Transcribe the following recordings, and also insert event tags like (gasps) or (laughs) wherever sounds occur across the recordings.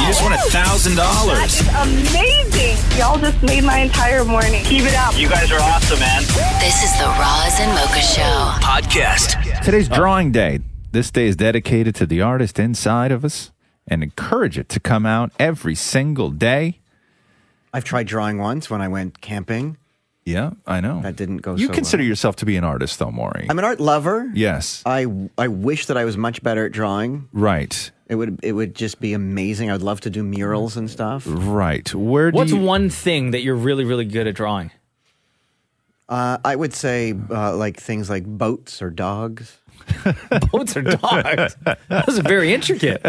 You just won a thousand dollars. Amazing. Y'all just made my entire morning. Keep it up. You guys are awesome, man. This is the Roz and Mocha Show. Podcast. Today's drawing day. This day is dedicated to the artist inside of us and encourage it to come out every single day. I've tried drawing once when I went camping. Yeah, I know. That didn't Oh, go You so consider well. yourself to be an artist, though, Maury. I'm an art lover. yes, I I wish that I was much better at drawing. right, It would it would just be amazing. I would love to do murals and stuff. right. Where do What's you? one thing that you're really, really good at drawing? Uh, I would say uh, like things like boats or dogs. (laughs) Boats or dogs? Those are very intricate.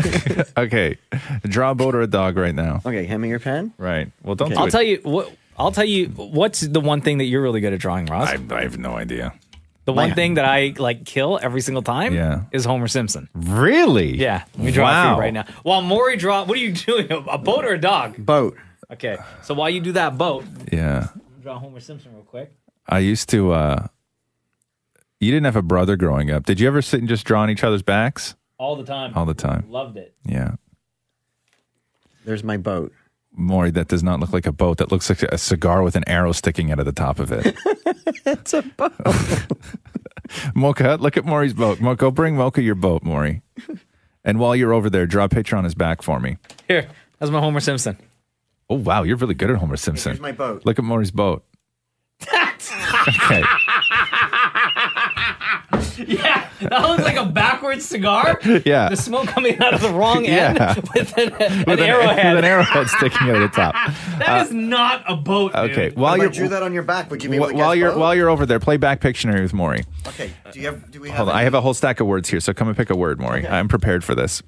(laughs) okay, draw a boat or a dog right now. Okay, hand me your pen. Right. Well, don't. Do I'll it. tell you what. I'll tell you what's the one thing that you're really good at drawing, Roz. I, I have no idea. the one thing that I like kill every single time Yeah. is Homer Simpson. Really? Yeah, let me draw it for wow. you right now. While Maury draw, what are you (laughs) doing? A- A boat or a dog? Boat. Okay, so while you do that boat, Yeah. draw Homer Simpson real quick. I used to. uh You didn't have a brother growing up. Did you ever sit and just draw on each other's backs All the time. all the time? Loved it. Yeah. There's (laughs) my boat. Maury, that does not look like a boat. That looks like a cigar with an arrow sticking out of the top of it. It's a boat. Mocha, look at Maury's boat. Mo- Go bring Mocha your boat, Maury. And while you're over there, draw a picture on his back for me. Here, that's my Homer Simpson. Oh, wow. You're really good at Homer Simpson. Here's my boat. Look at Maury's (laughs) boat. okay. (laughs) Yeah, that looks like a backwards cigar. Yeah. The smoke coming out of the wrong end (laughs) Yeah. with an, an With an- arrowhead. With an arrowhead sticking out of the top. that is not a boat. Okay. dude. While If I you're, drew that on your back, would you be able wh- to while, guess you're, boat? while you're over there, play back Pictionary with Maury. Okay. Do you have do we have Hold on. any- I have a whole stack of words here, so come and pick a word, Maury. I'm prepared for this.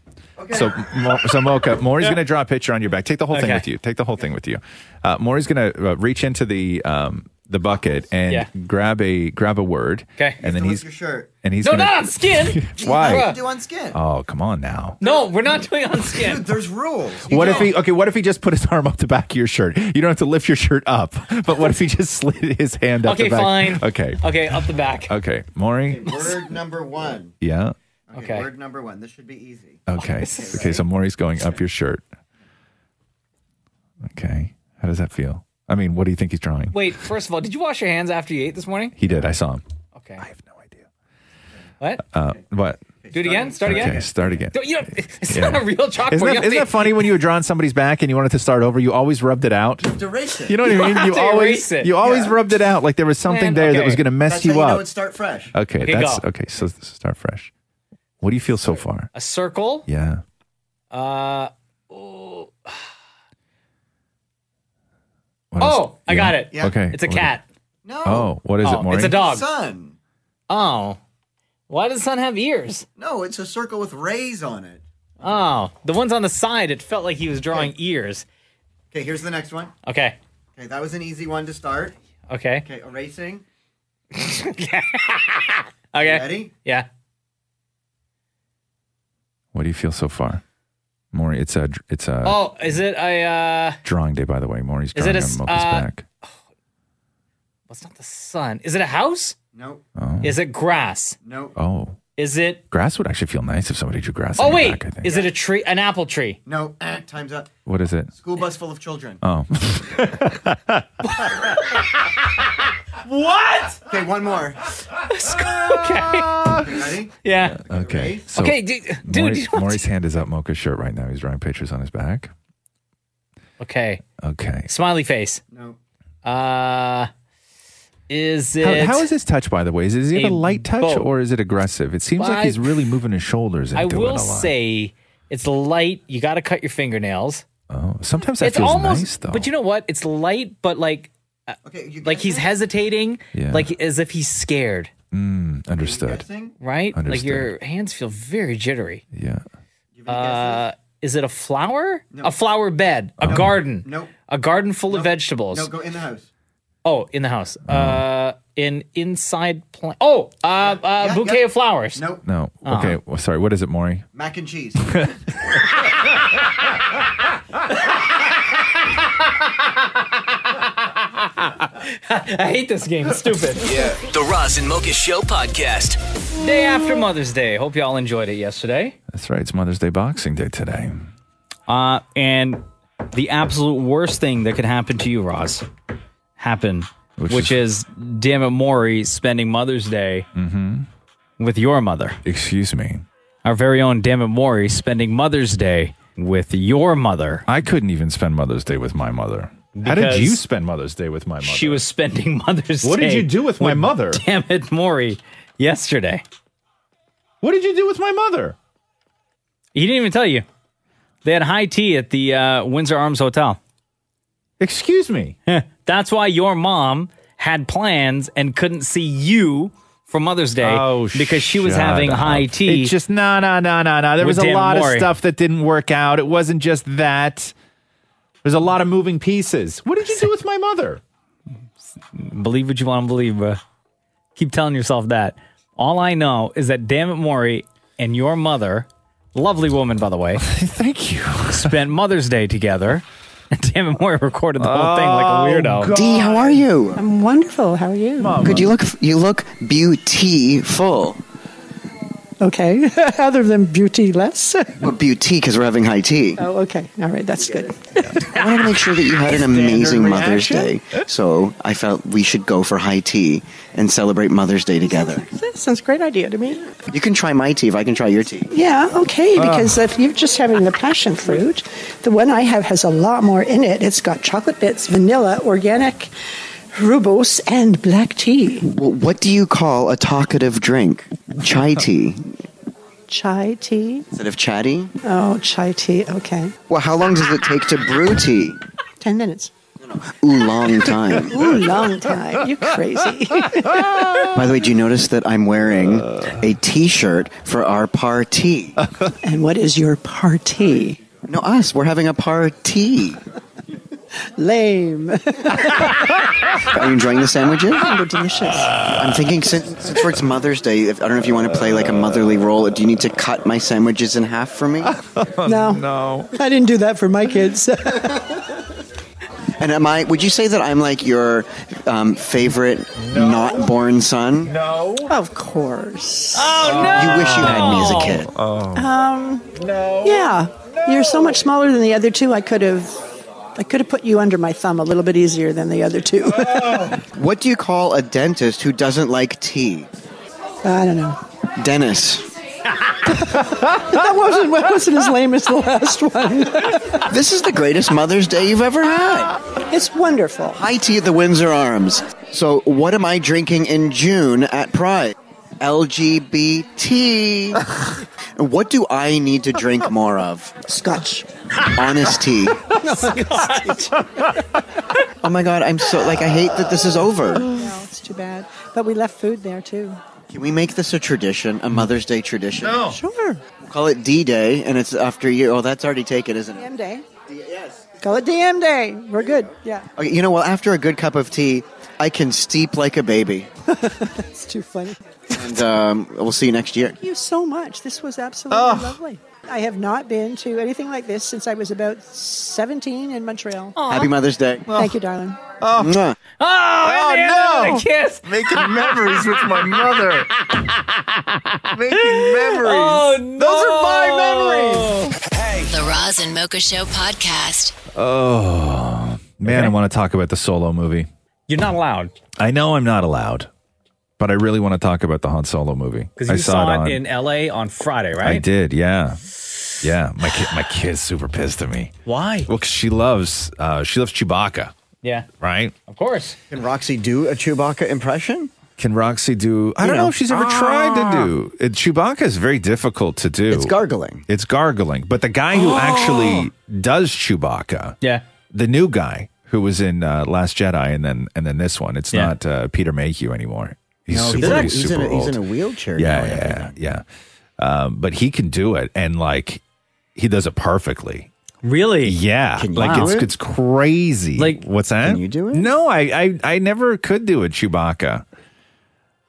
So, Mo- (laughs) so Mocha, Maury's going to draw a picture on your back. Take the whole thing Okay. with you. Take the whole thing with you. Uh, Maury's going to uh, reach into the um, the bucket and Yeah. grab a grab a word. Okay. and then Lift he's your shirt. and (laughs) he's no, gonna, not on skin. (laughs) why? Do on skin. Oh, come on now. No, we're not doing on Dude, skin. there's rules. What if he okay? What if he just put his (laughs) arm up the back of your shirt? You don't have to lift your shirt up, but what if he just (laughs) slid his hand up? Okay, the back? fine. Okay, Okay, up the back. okay, Maury. Word number one. Yeah. Okay. Word number one. This should be easy. Okay. Okay. So Maury's going up your shirt. Okay. How does that feel? I mean, what do you think he's drawing? Wait, first of all, did you wash your hands after you ate this morning? He did. I saw him. Okay. I have no idea. What? Uh, what? Do it again? Start again? Okay. Start again. Don't- You know, (laughs) it's Yeah. not a real chalkboard. Isn't You that, have isn't that to- funny when you would draw on somebody's back and you wanted to start over? You always rubbed it out. Duration. Uh, You know what I mean? have You (laughs) to always erase it. you always rubbed it out like there was something Man, there that okay. was going to mess That's you how you know up. it's start fresh. okay, Okay, that's go. okay. So let's start fresh. What do you feel so far? A circle. Yeah. Uh, oh, What is- oh I yeah? got it. Yeah. Okay. It's a What is- cat. No. Oh, what is Oh, it, Maury? it's a dog. Sun. Oh. Why does the sun have ears? No, it's a circle with rays on it. Oh, the ones on the side, it felt like he was drawing ears. Okay, here's the next one. Okay. Okay, that was an easy one to start. Okay. Okay, erasing. (laughs) Okay. Ready? Yeah. What do you feel so far, Maury? It's a it's a Oh, is it a, uh, drawing day, by the way. Maury's Is it drawing a on s- Mocha's uh, (sighs) back. what's not the sun? Is it a house? Nope. Oh, Is it grass? Nope. oh, Is it, grass would actually feel nice if somebody drew grass. oh, on your wait. back, I think. Is it a tree? An apple tree? No. (clears throat) Eh, time's up. what is it? School bus full of children. Oh, What? Okay, one more. (laughs) Okay. Ready? Yeah. okay. So Okay, dude. dude Maury's, you don't- Maury's hand is up Mocha's shirt right now. He's drawing pictures on his back. Okay. Okay. Smiley face. No. Uh, is How, it? how is his touch, by the way? Is, is it a, a light touch boat. or is it aggressive? It seems Well, like he's I- really moving his shoulders into I it a will lot. say it's light. You got to cut your fingernails. Oh, sometimes that feels nice, though. But you know what? It's light, but like, okay, like he's hesitating, Yeah. like as if he's scared. Mm, understood. Right? Like Understood. your hands feel very jittery. Yeah. Uh, is it a flower? A flower bed? A garden? Nope. A garden full of vegetables? No, go in the house. Oh, in the house. Mm. Uh, in inside plant. Oh, uh, uh, bouquet of flowers. Nope. No. Uh-huh. Okay. Well, sorry. What is it, Maury? Mac and cheese. (laughs) I hate this game. (laughs) It's stupid. Yeah. (laughs) The Roz and Mocha Show podcast. Day after Mother's Day. Hope y'all enjoyed it yesterday. That's right. It's Mother's Day Boxing Day today. Uh, and the absolute worst thing that could happen to you, Roz, happened, which, is, damn it, Maury spending Mother's Day with your mother. Mm-hmm. Excuse me. Our very own damn it, Maury spending Mother's Day with your mother. I couldn't even spend Mother's Day with my mother. How did Because- you spend Mother's Day with my mother? She was spending (laughs) Mother's What Day. did you do with my mother? Damn it, Maury, yesterday. What did you do with my mother? He didn't even tell you. They had high tea at the uh, Windsor Arms Hotel. Excuse me. (laughs) That's why your mom had plans and couldn't see you for Mother's Day Oh, because she was shut having up. high tea. It's just no, no, no, no, no. There with was a Dan lot Mori. of stuff that didn't work out. It wasn't just that. There's a lot of moving pieces. What did you do with my mother? believe what you want to believe, bro. Keep telling yourself that. All I know is that damn it, Maury and your mother, lovely woman by the way, (laughs) thank you, spent Mother's Day together. (laughs) And damn it, Maury recorded the whole thing like Oh, a weirdo. D, how are you? Oh, I'm wonderful. How are you? Good. You look you look beautiful. Okay. (laughs) Other than beauty less. (laughs) Well, beauty because we're having high tea. oh, okay. All right. That's good. I wanted to make sure that you had an Standard amazing Mother's Day, reaction. so I felt we should go for high tea and celebrate Mother's Day (laughs) together. That sounds a great idea to me. You can try my tea if I can try your tea. Yeah. Okay. Ah. Because if you're just having the passion fruit, the one I have has a lot more in it. It's got chocolate bits, vanilla, organic rubos, and black tea. Well, what do you call a talkative drink? Chai tea Chai tea. instead of chatty. Oh, chai tea. Okay. Well, how long does it take to brew tea? Ten minutes. Ooh, long time. Ooh, long time. You crazy. (laughs) By the way, do you notice that I'm wearing a T-shirt for our party? (laughs) and (laughs) what is your party? No, us. We're having a party. (laughs) Lame. Are you enjoying the sandwiches? They're delicious. I'm thinking since since it's Mother's Day, if, I don't know if you want to play like a motherly role. Do you need to cut my sandwiches in half for (laughs) me? no. No. I didn't do that for my kids. (laughs) And am I? Would you say that I'm like your um, favorite not born son? No. Of course. Oh no! You wish you had me as a kid. Um, Yeah. You're so much smaller than the other two. I could have I could have put you under my thumb a little bit easier than the other two. (laughs) What do you call a dentist who doesn't like tea? I don't know. Dennis. that wasn't that wasn't as lame as the last one. This is the greatest Mother's Day you've ever had. It's wonderful. High tea at the Windsor Arms. So, what am I drinking in June at Pride? LGBT. And (laughs) what do I need to drink more of? Scotch. (laughs) Honest tea. Oh my God, I'm so, like, I hate that this is over. no, Oh, it's too bad. But we left food there too. Can we make this a tradition, a Mother's Day tradition? No. Sure. We'll call it D Day, and it's after you. Oh, that's already taken, isn't it? DM day. Yes. Call it DM day. We're good. Yeah. (laughs) Okay, you know, well, after a good cup of tea, I can steep like a baby. It's too funny. (laughs) And um, we'll see you next year. Thank you so much. This was absolutely Oh. lovely. I have not been to anything like this since I was about 17 in Montreal. Happy Mother's Day. Thank you, darling. Mwah. Oh, no. kiss. Making memories with my (laughs) mother. Making memories. Oh, no. Those are my memories. The Roz and Mocha Show podcast. Oh man, I want to talk about the Solo movie. You're not allowed. I know I'm not allowed, but I really want to talk about the Han Solo movie Because you I saw, it, on- in LA on Friday, right? I did, yeah. Yeah, my kid, my kid's super pissed at me. Why? Well, 'cause she loves uh, she loves Chewbacca, Yeah. right? Of course. Can Roxy do a Chewbacca impression? Can Roxy do? I You don't know. know. Ah. if she's ever tried to do. It, Chewbacca is very difficult to do. It's gargling. It's gargling. But the guy who actually does Chewbacca, Oh. yeah, the new guy who was in uh, Last Jedi and then and then this one, it's Yeah. not uh, Peter Mayhew anymore. He's No, he's super, in a- he's he's in super a- he's old. in a wheelchair now Yeah, and yeah, yeah. Um, but he can do it, and like he does it perfectly. Really? Yeah. Can you like do it's it? it's crazy. Like what's that? Can you do it? No, I I, I never could do a Chewbacca.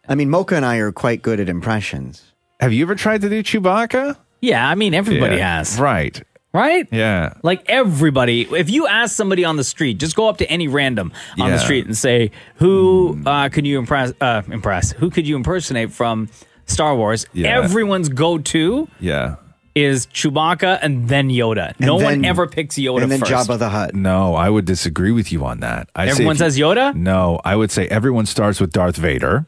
I mean, Mocha and I are quite good at impressions. Have you ever tried to do Chewbacca? Yeah, I mean everybody Yeah, has. Right. Right? Yeah. Like everybody, if you ask somebody on the street, just go up to any random on Yeah. Mm. the street and say, "Who uh, could you impress? Uh, impress? Who could you impersonate from Star Wars?" Yeah. Everyone's go-to Yeah. is Chewbacca and then Yoda. no one ever picks Yoda first. the Hutt. No, I would disagree with you on that. I say Everyone if you- says Yoda? No, I would say everyone starts with Darth Vader.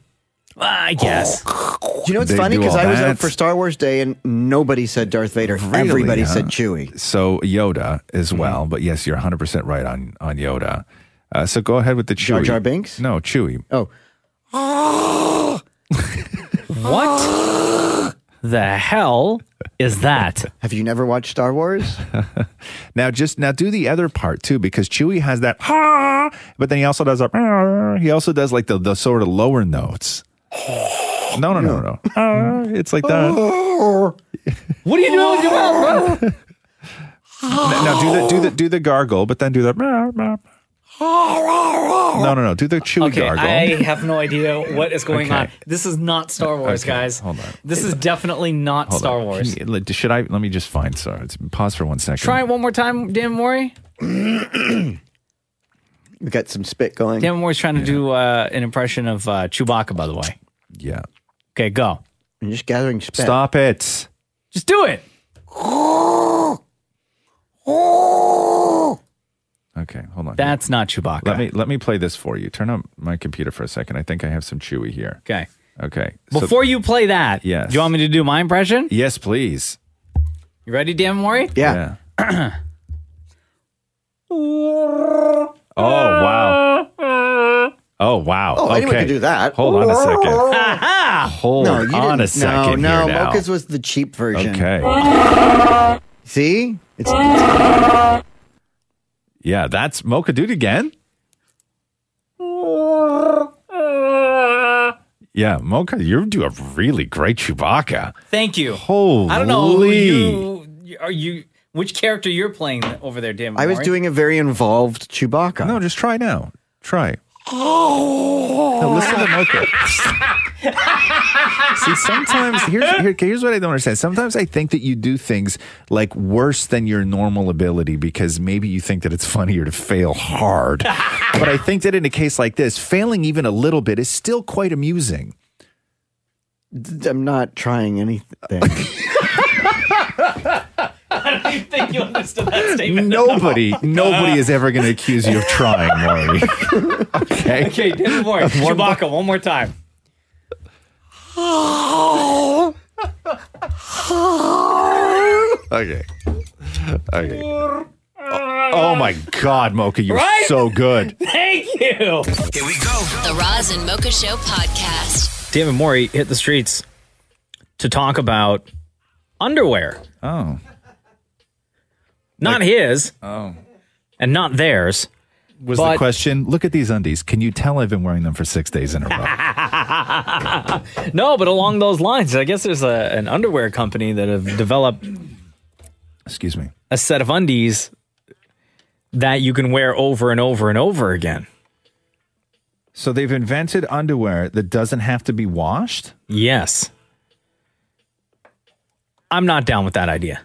Ah, Oh. I guess. (laughs) Do you know what's They funny? do Because all I was that. out for Star Wars Day and nobody said Darth Vader. Everybody huh? said Mm-hmm. Chewie. So Yoda as well. But yes, you're 100% right on, on Yoda. Uh, so go ahead with the Chewie. Jar Jar Binks? No, Chewie. Oh. (laughs) what the hell is that? (laughs) Have you never watched Star Wars? (laughs) now just now do the other part too because Chewie has that ha, but then he also does a he also does like the the sort of lower (gasps) notes. No, no, no, no. Ah, (laughs) it's like that. (laughs) (laughs) What are you doing? Now now do the do the do the gargle, but then do the no, no, no. Do the Chewie Okay, gargle. I have no idea what is going Okay. on. This is not Star Wars, Okay, guys. hold on. This is definitely not Hold Star on. Wars. Can you- Should I? Let me just find. Sorry, let's pause for one second. Try it one more time, Dan Mori. Dan (clears throat) We got some spit going. Mori's trying to do uh, an impression of uh, Chewbacca, by the way. Yeah. Okay, go. I'm just gathering spit. Stop it. Just do (laughs) it. Okay, hold on. That's not Chewbacca. Let me let me play this for you. Turn up my computer for a second. I think I have some Chewie here. Okay. Okay. so- Before you play that, Yes. do you want me to do my impression? Yes, please. You ready, Dan Mori? Yeah. (clears throat) oh, (laughs) Oh wow. Oh wow. Oh, anyone okay. could do that. Hold on a (laughs) second. Hold no, you on a didn't- second No, here no, now. Mocha's was the cheap version. Okay. See? It's Yeah, that's Mocha. Do it again. Yeah, Mocha, you do a really great Chewbacca. Thank you. Holy. I don't know who you are. You which character you're playing over there, Dan? I was Mori? doing a very involved Chewbacca. No, just try now. Try. Oh, Now listen to Mocha. See, (laughs) sometimes here's here, here's what I don't understand. Sometimes I think that you do things like worse than your normal ability because maybe you think that it's funnier to fail (laughs) hard. but I think that in a case like this, failing even a little bit is still quite amusing. I'm not trying (laughs) anything. (laughs) I don't even think you understood that statement. Nobody, nobody is ever going to accuse you of trying, (laughs) Maury. (laughs) okay. Okay, Dan Mori, (laughs) One more- Chewbacca, one more time. Okay. Okay. Oh, oh my God, Mocha, you're Right? so (laughs) good. Thank you. Here we go. The Roz and Mocha Show podcast. David Morey hit the streets to talk about underwear. Oh. Not his. Oh. And not theirs. (laughs) Was the question? Look at these undies. Can you tell I've been wearing them for six days in a row? no, but along those lines, I guess there's a, an underwear company that have developed Excuse me. a set of undies that you can wear over and over and over again. So they've invented underwear that doesn't have to be washed. Yes. I'm not down with that idea.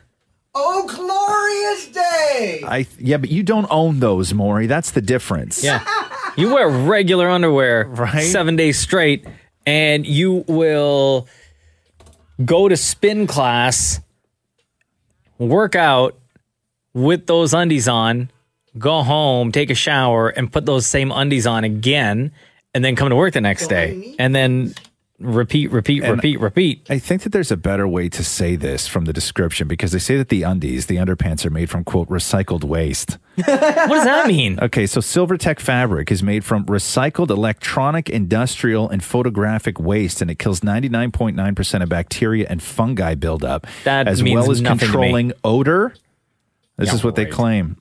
Oh, glorious day! I yeah, but you don't own those, Maury. That's the difference. Yeah. you wear regular (laughs) underwear seven days straight, and you will go to spin class, work out with those undies on, go home, take a shower, and put those same undies on again, and then come to work the next day. And then repeat, repeat, And repeat, repeat. I think that there's a better way to say this from the description because they say that the undies, the underpants, are made from quote recycled waste. what does that mean? Okay, so Silvertech fabric is made from recycled electronic, industrial, and photographic waste, and it kills 99.9% of bacteria and fungi buildup, That as means well as nothing to me. controlling odor. This is what they claim.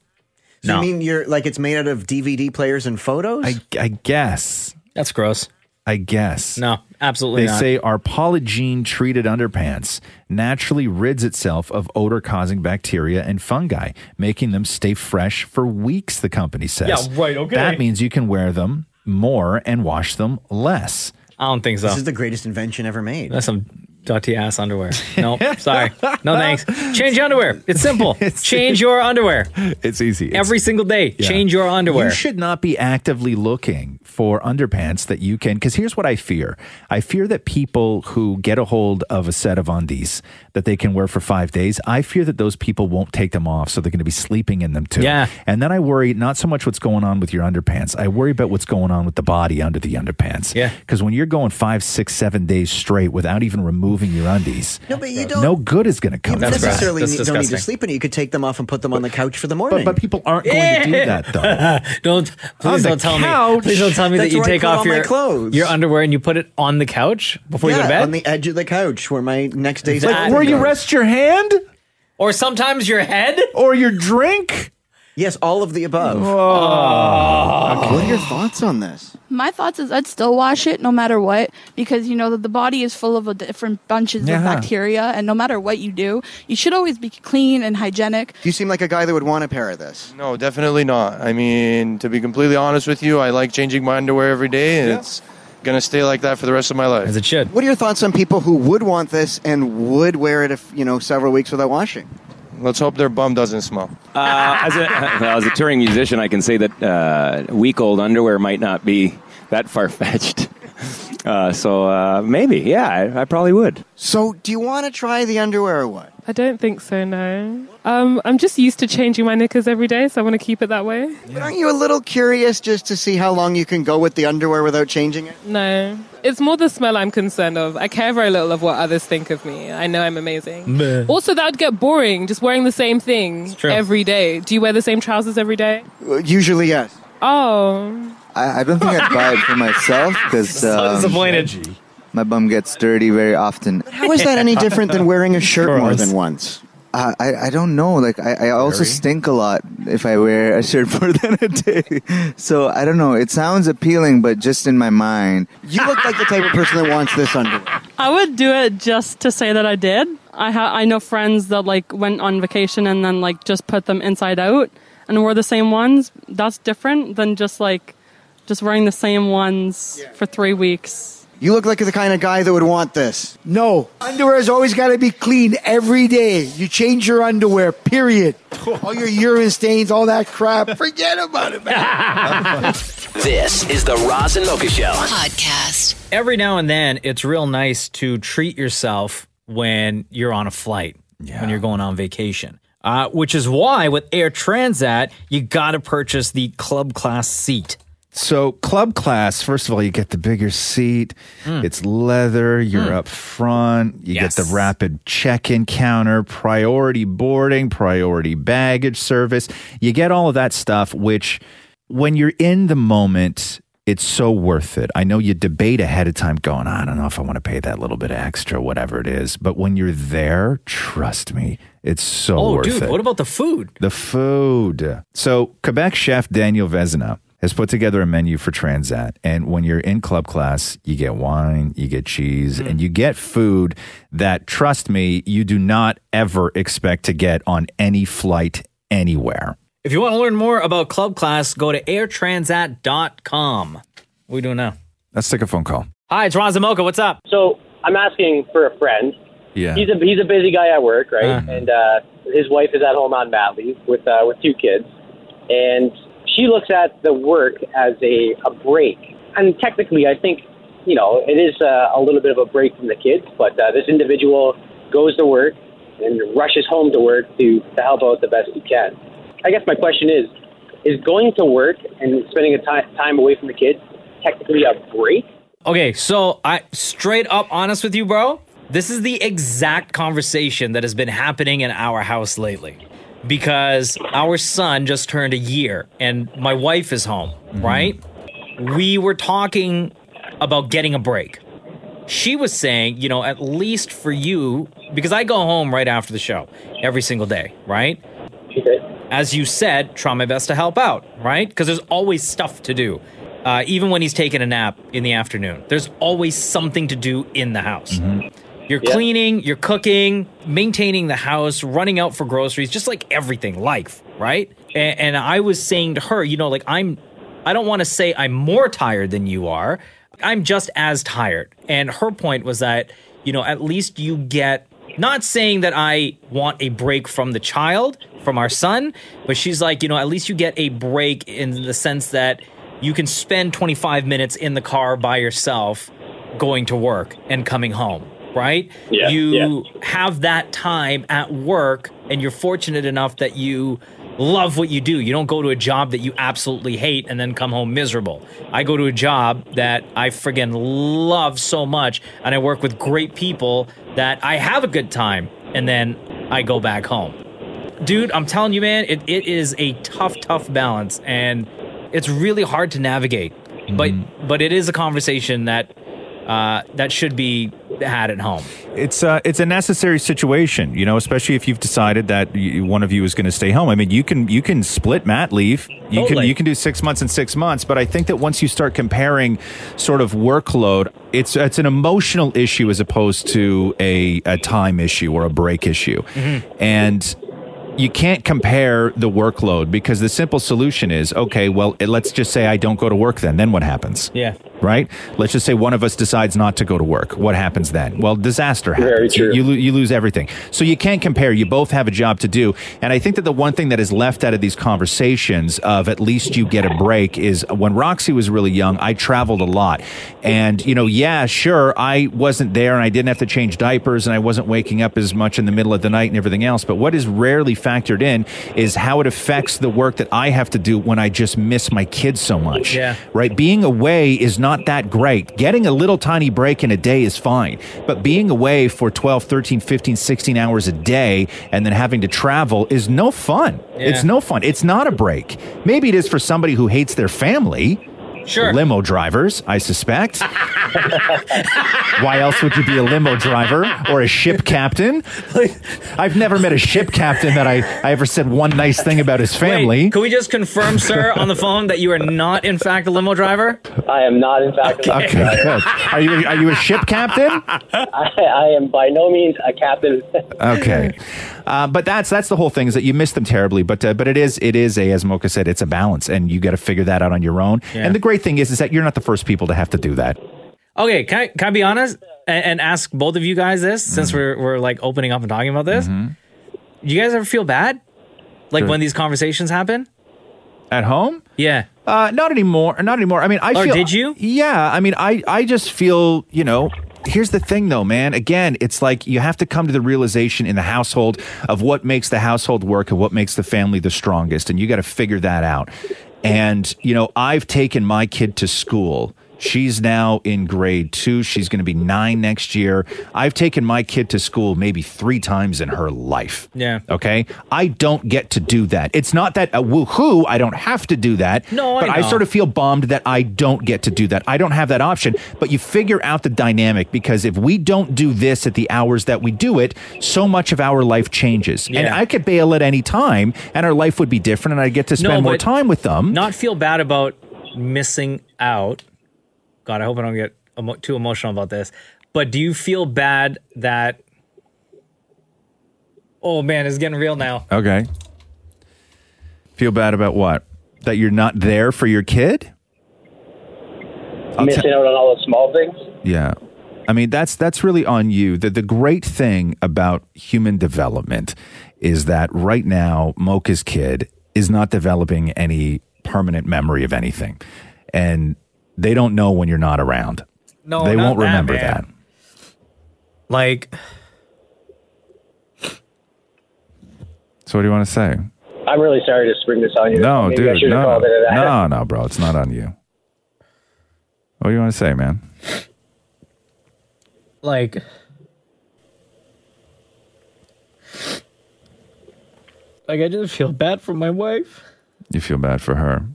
So No. you mean you're like it's made out of DVD players and photos? I, I guess. That's gross. I guess. No, absolutely They not. say our polygene treated underpants naturally rids itself of odor causing bacteria and fungi, making them stay fresh for weeks, the company says. Yeah, right, okay. That means you can wear them more and wash them less. I don't think so. This is the greatest invention ever made. That's some dirty ass underwear. No, sorry. No thanks. Change your underwear. It's (laughs) simple. Change your underwear. It's easy. It's- Every single day. (laughs) Yeah. Change your underwear. You should not be actively looking for underpants that you can. Because here's what I fear: I fear that people who get a hold of a set of undies that they can wear for five days, I fear that those people won't take them off, so they're going to be sleeping in them too. Yeah. And then I worry not so much what's going on with your underpants. I worry about what's going on with the body under the underpants. Yeah. Because when you're going five, six, seven days straight without even removing your undies, No, but you don't- No good is going to Oh, You come. from that. necessarily don't need to sleep in it. You could take them off and put them on the couch for the morning. but people aren't going to (laughs) do (laughs) that, though. don't Please don't tell me. Please don't tell me that you take off your clothes your underwear and you put it on the couch before you go to bed. Oh, on the edge of the couch where my next day's Like, where you rest your hand or sometimes your head or your drink. Yes, all of the Oh. above. Oh. Oh. What are your thoughts on this? My thoughts is I'd still wash it no matter what because you know that the body is full of a different bunches Yeah. of bacteria and no matter what you do, you should always be clean and hygienic. You seem like a guy that would want a pair of this. No, definitely not. I mean, to be completely honest with you, I like changing my underwear every day, and it's gonna stay like that for the rest of my life. As it should. What are your thoughts on people who would want this and would wear it if you know several weeks without washing? Let's hope their bum doesn't smell. Uh, as, a, (laughs) well, as a touring musician, I can say that uh, week old underwear might not be that far fetched. Uh, so uh, maybe, yeah, I, I probably would. (laughs) So, do you want to try the underwear or what? I don't think so, no. Um, I'm just used to changing my knickers every day, so I want to keep it that way. But aren't you a little curious just to see how long you can go with the underwear without changing it? No. It's more the smell I'm concerned of. I care very little of what others think of me. I know I'm amazing. Meh. Also, that would get boring, just wearing the same thing true. every day. Do you wear the same trousers every day? Uh, Usually, yes. Oh. I, I don't think (laughs) I'd buy it for myself because So um, disappointed. My bum gets dirty very often. How is that any different than wearing a shirt more Gross. than once? Uh, I I don't know. Like I, I also stink a lot if I wear a shirt (laughs) more than a day. So I don't know. It sounds appealing, but just in my mind, you look like the type of person that wants this underwear. I would do it just to say that I did. I ha- I know friends that like went on vacation and then like just put them inside out and wore the same ones. That's different than just like just wearing the same ones for three weeks. You look like the kind of guy that would want this. No, underwear has always got to be clean every day. You change your underwear, (laughs) period. All your urine stains, all that crap, forget about it, (laughs) man. This is the Roz and Mocha Show Podcast. every now and then it's real nice to treat yourself when you're on a flight when you're going on vacation uh, which is why with air transat you gotta purchase the club class seat So club class, first of all, you get the bigger seat. Hmm. It's leather. You're up front. You get the rapid check-in counter, priority boarding, priority baggage service. You get all of that stuff, which when you're in the moment, it's so worth it. I know you debate ahead of time going, I don't know if I want to pay that little bit extra, whatever it is. But when you're there, trust me, it's so oh worth dude it. what about the food The food. So, Quebec chef Daniel Vezina has put together a menu for Transat. And when you're in club class, you get wine, you get cheese, and you get food that, trust me, you do not ever expect to get on any flight anywhere. if you want to learn more about club class go to airtransat.com what are we doing now Let's take a phone call. hi it's ron zamoka what's up So I'm asking for a friend. Yeah. He's a he's a busy guy at work, right? Uh-huh. And uh, his wife is at home on mat leave with uh, with two kids, and she looks at the work as a a break. And technically, I think you know it is uh, a little bit of a break from the kids. But uh, this individual goes to work and rushes home to work to to help out the best he can. I guess my question is: Is going to work and spending a time time away from the kids technically a break? Okay, so I straight up honest with you, bro. This is the exact conversation that has been happening in our house lately because our son just turned a year and my wife is home, right? We were talking about getting a break. She was saying, you know, at least for you, because I go home right after the show every single day, right? As you said, try my best to help out, right? Because there's always stuff to do. Uh, even when he's taking a nap in the afternoon, there's always something to do in the house. You're cleaning, you're cooking, maintaining the house, running out for groceries, just like everything, life, right? And, and I was saying to her, you know, like I'm, I don't want to say I'm more tired than you are. I'm just as tired. And her point was that, you know, at least you get, not saying that I want a break from the child, from our son, but she's like, you know, at least you get a break in the sense that you can spend 25 minutes in the car by yourself going to work and coming home, right? Yeah, you have that time at work and you're fortunate enough that you love what you do. You don't go to a job that you absolutely hate and then come home miserable. I go to a job that I friggin' love so much and I work with great people that I have a good time and then I go back home dude i'm telling you man it, it is a tough tough balance and it's really hard to navigate Mm-hmm. but but it is a conversation that uh, that should be had at home It's a it's a necessary situation, you know, especially if you've decided that y one of you is going to stay home. I mean, you can you can split mat leave. You can Totally. you can do six months and six months, but I think that once you start comparing sort of workload, it's it's an emotional issue as opposed to a a time issue or a break issue, Mhm. and. You can't compare the workload because the simple solution is okay, well, let's just say I don't go to work then. Then what happens? yeah right? Let's just say one of us decides not to go to work. What happens then? Well, disaster happens. Very true. You, you, lo- you lose everything. So you can't compare. You both have a job to do. And I think that the one thing that is left out of these conversations of at least you get a break is when Roxy was really young, I traveled a lot. And, you know, yeah, sure, I wasn't there and I didn't have to change diapers and I wasn't waking up as much in the middle of the night and everything else. But what is rarely factored in is how it affects the work that I have to do when I just miss my kids so much Yeah. right? Being away is not that great. Getting a little tiny break in a day is fine, but being away for 12, 13, 15, 16 hours a day and then having to travel is no fun. Yeah. It's no fun. It's not a break. Maybe it is for somebody who hates their family. Sure. Limo drivers, I suspect. Why else would you be a limo driver or a (laughs) ship captain? I've never met a ship captain that I, I ever said one nice thing about his family. can we just confirm sir on the phone that you are not in fact a limo driver I am not, in fact, Okay. (laughs) Okay, good. Are you are you a ship captain? (laughs) I, I am by no means a captain. (laughs) Okay, (laughs) uh, but that's that's the whole thing is that you miss them terribly. But uh, but it is it is a as Mocha said it's a balance and you got to figure that out on your own. Yeah. And the great thing is is that you're not the first people to have to do that. okay can i, can I be honest and, and ask both of you guys this Mm-hmm. since we're, we're like opening up and talking about this do you guys ever feel bad like Sure. when these conversations happen At home? Yeah. Uh, not anymore. Not anymore. I mean, I Or feel. did you? Yeah. I mean, I I just feel you know. Here's the thing though, man. Again, it's like you have to come to the realization in the household of what makes the household work and what makes the family the strongest. And you got to figure that out. And, you know, I've taken my kid to school. She's now in grade two. She's going to be nine next year. I've taken my kid to school maybe three times in her life. yeah Okay. I don't get to do that. It's not that, uh, woohoo, I don't have to do that. No, I But I, know. sort of feel bummed that I don't get to do that. I don't have that option. But you figure out the dynamic because if we don't do this at the hours that we do it, so much of our life changes. And Yeah. I could bail at any time and our life would be different and I'd get to spend No, more but- time with them. not feel bad about missing out. God, I hope I don't get emo- too emotional about this. But do you feel bad that? Oh man, it's getting real now. Okay. Feel bad about what? That you're not there for your kid? I'll Missing tell- out on all the small things. Yeah. I mean that's that's really on you. The the great thing about human development is that right now Mocha's kid is not developing any permanent memory of anything. And they don't know when you're not around. No, they not won't that, remember man. that. Like, So what do you want to say? I'm really sorry to spring this on you. No, Maybe I dude. should have No, called it no, that. no, no, bro. It's not on you. What do you want to say, man? Like, like I just feel bad for my wife. You feel bad for her.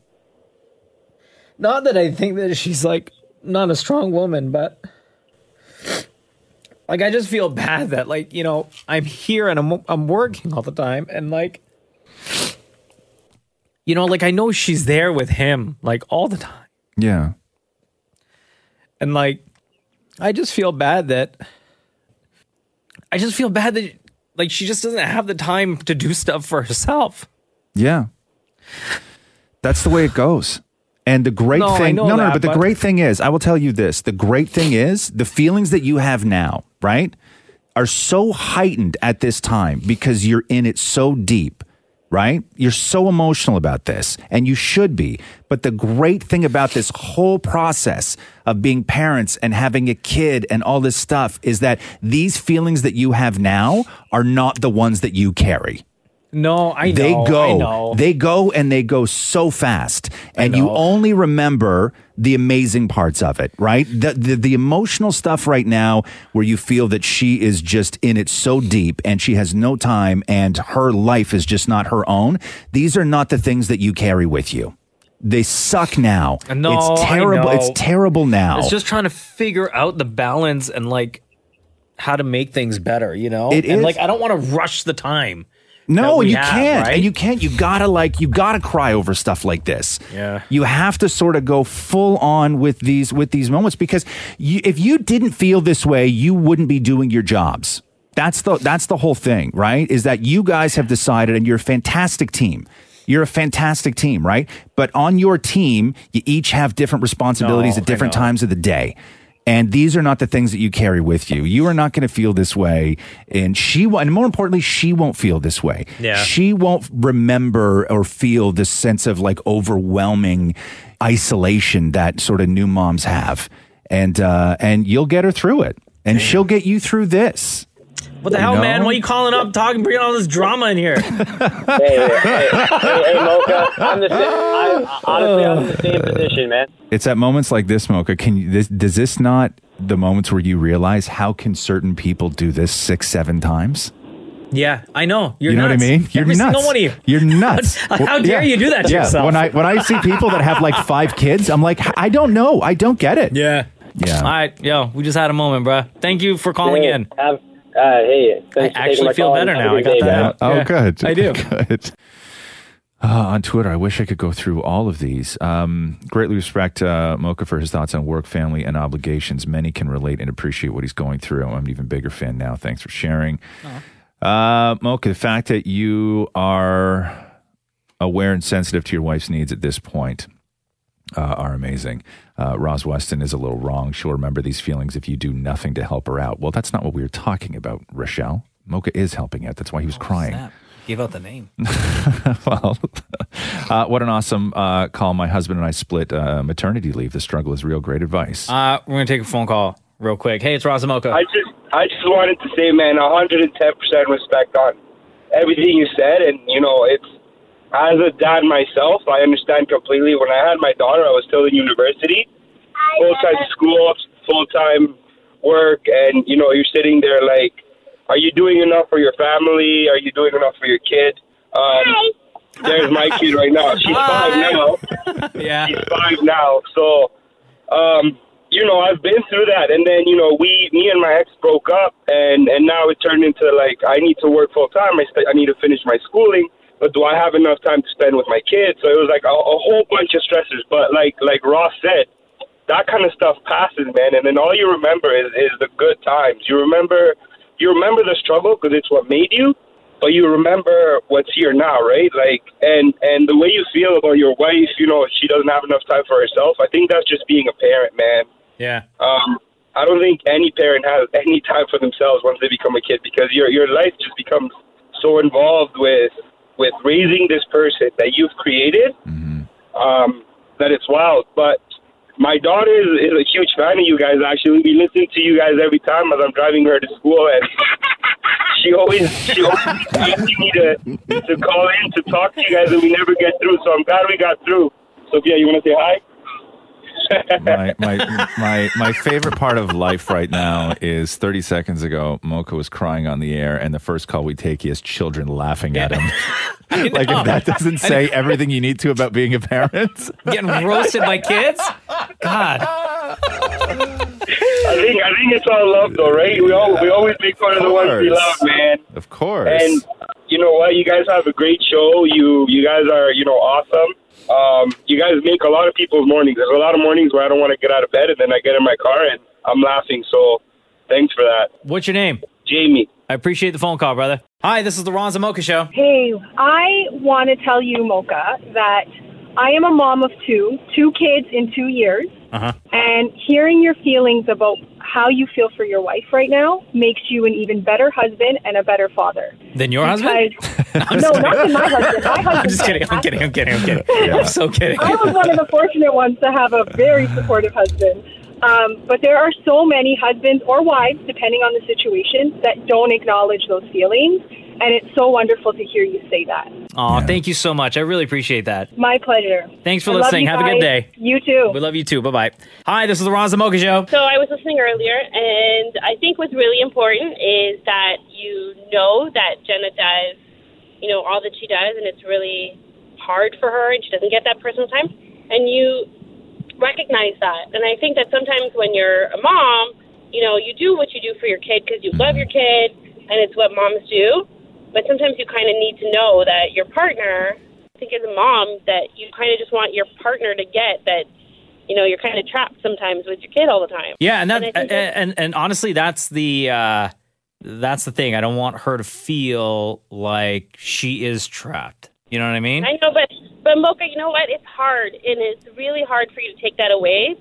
Not that I think that she's like not a strong woman, but like I just feel bad that like you know I'm here and I'm I'm working all the time and like you know like I know she's there with him like all the time Yeah. and like I just feel bad that I just feel bad that like she just doesn't have the time to do stuff for herself. Yeah. That's the way it goes. And the great No, I thing, know no, no, that, but the but- great thing is, I will tell you this the great thing is, the feelings that you have now, right, are so heightened at this time because you're in it so deep, right? You're so emotional about this, and you should be. But the great thing about this whole process of being parents and having a kid and all this stuff is that these feelings that you have now are not the ones that you carry. No, I know. They go. I know. They go and they go so fast. And you only remember the amazing parts of it, right? The, the the emotional stuff right now where you feel that she is just in it so deep and she has no time and her life is just not her own. These are not the things that you carry with you. They suck now. No, it's I terrible. know. It's terrible now. It's just trying to figure out the balance and like how to make things better, you know? It and is- like I don't want to rush the time. that No, we you have, can't. right? And you can't. You gotta like you gotta cry over stuff like this. Yeah. You have to sort of go full on with these with these moments because you, if you didn't feel this way, you wouldn't be doing your jobs. That's the that's the whole thing, right? Is that you guys have decided and you're a fantastic team. You're a fantastic team, right? But on your team, you each have different responsibilities No, at different I know. times of the day. And these are not the things that you carry with you. You are not going to feel this way. And she, wo- and more importantly, she won't feel this way. Yeah. She won't remember or feel this sense of like overwhelming isolation that sort of new moms have. And, uh, and you'll get her through it. And she'll get you through this. What the You hell, know? man? Why are you calling up, talking, bringing all this drama in (laughs) here? hey, hey, hey, Mocha, I'm the same. I, honestly, I'm in the same position, man. It's at moments like this, Mocha. Can you, this, does this not the moments where you realize how can certain people do this six, seven times? yeah, I know. You're you know nuts. what I mean? You're Every nuts. single one of you. (laughs) You're nuts. How Well, dare you do that to yeah. yourself? When I when I see people that have like five kids, I'm like, I don't know. I don't get it. Yeah. Yeah. All right, yo, we just had a moment, bruh. Thank you for calling Hey, in. Have, uh, hey, thanks for I taking my actually feel call. better Have a now. I good got day, guys. that Yeah. out. Oh, Yeah, good. I do. (laughs) Good. Uh, on Twitter, I wish I could go through all of these. Um, greatly respect uh, Mocha for his thoughts on work, family, and obligations. Many can relate and appreciate what he's going through. I'm an even bigger fan now. Thanks for sharing. Uh, Mocha, the fact that you are aware and sensitive to your wife's needs at this point uh, are amazing. Uh, Roz Weston is a little wrong. She'll remember these feelings if you do nothing to help her out. Well, that's not what we were talking about, Rochelle. Mocha is helping out. That's why he was crying. Give out the name. (laughs) well, (laughs) uh, what an awesome uh, call. My husband and I split uh, maternity leave. The struggle is real. Great advice. Uh, we're gonna take a phone call real quick. Hey, it's Rosamoka. I just, I just wanted to say, man, 110% respect on everything you said, and you know, it's as a dad myself, I understand completely. When I had my daughter, I was still in university, full time school, full time work, and you know, you're sitting there like, are you doing enough for your family? Are you doing enough for your kid? Um, there's my kid right now. She's five now. yeah. She's five now. So, um, you know, I've been through that. And then, you know, we, me and my ex broke up and, and now it turned into like, I need to work full time. I, st- I need to finish my schooling, but do I have enough time to spend with my kids? So it was like a, a whole bunch of stressors. But like, like Ross said, that kind of stuff passes, man. And then all you remember is, is the good times. You remember, you remember the struggle because it's what made you, but you remember what's here now, right? Like, and and the way you feel about your wife, you know, she doesn't have enough time for herself. I think that's just being a parent, man. Yeah. Um, I don't think any parent has any time for themselves once they become a kid because your your life just becomes so involved with with raising this person that you've created um, that it's wild. But my daughter is, is a huge fan of you guys. Actually, we listen to you guys every time as I'm driving her to school, and she always she always asks me to to call in to talk to you guys, and we never get through. So I'm glad we got through. Sophia, you want to say hi? my, my, my, my favorite part of life right now is 30 seconds ago, Mocha was crying on the air, and the first call we take, he has children laughing at him. like, if that doesn't say everything you need to about being a parent, Getting roasted by kids? God. I think I think it's all love, though, right? We all we always make fun of the ones we love, man. Of course. And you know what? You guys have a great show. You you guys are you know awesome. Um, you guys make a lot of people's mornings. There's a lot of mornings where I don't want to get out of bed, and then I get in my car and I'm laughing. So thanks for that. What's your name? Jamie. I appreciate the phone call, brother. Hi, this is the Ron Zamoka Show. Hey, I want to tell you, Mocha, that I am a mom of two, two kids in two years, Uh huh. and hearing your feelings about how you feel for your wife right now makes you an even better husband and a better father. Then your husband? (laughs) Because, (laughs) no, not to my husband. My husband. I'm just kidding. I'm kidding. I'm kidding. I'm kidding. I'm so kidding. I was one of the fortunate ones to have a (sighs) very supportive husband. Um, but there are so many husbands or wives, depending on the situation, that don't acknowledge those feelings. And it's so wonderful to hear you say that. Aw, thank you so much. I really appreciate that. My pleasure. Thanks for I love listening. you Have a good guys. day. You too. We love you too. Bye bye. Hi, this is the Ron Zamoka Show. So I was listening earlier, and I think what's really important is that you know that Jenna does, you know, all that she does, and it's really hard for her, and she doesn't get that personal time, and you recognize that. And I think that sometimes when you're a mom, you know, you do what you do for your kid because you love your kid, and it's what moms do. But sometimes you kind of need to know that your partner, I think as a mom, that you kind of just want your partner to get that, you know, you're kind of trapped sometimes with your kid all the time. Yeah, and that, I think and, and honestly, that's the uh, that's the thing. I don't want her to feel like she is trapped. You know what I mean? I know, but but Mocha, you know what? It's hard, and it's really hard for you to take that away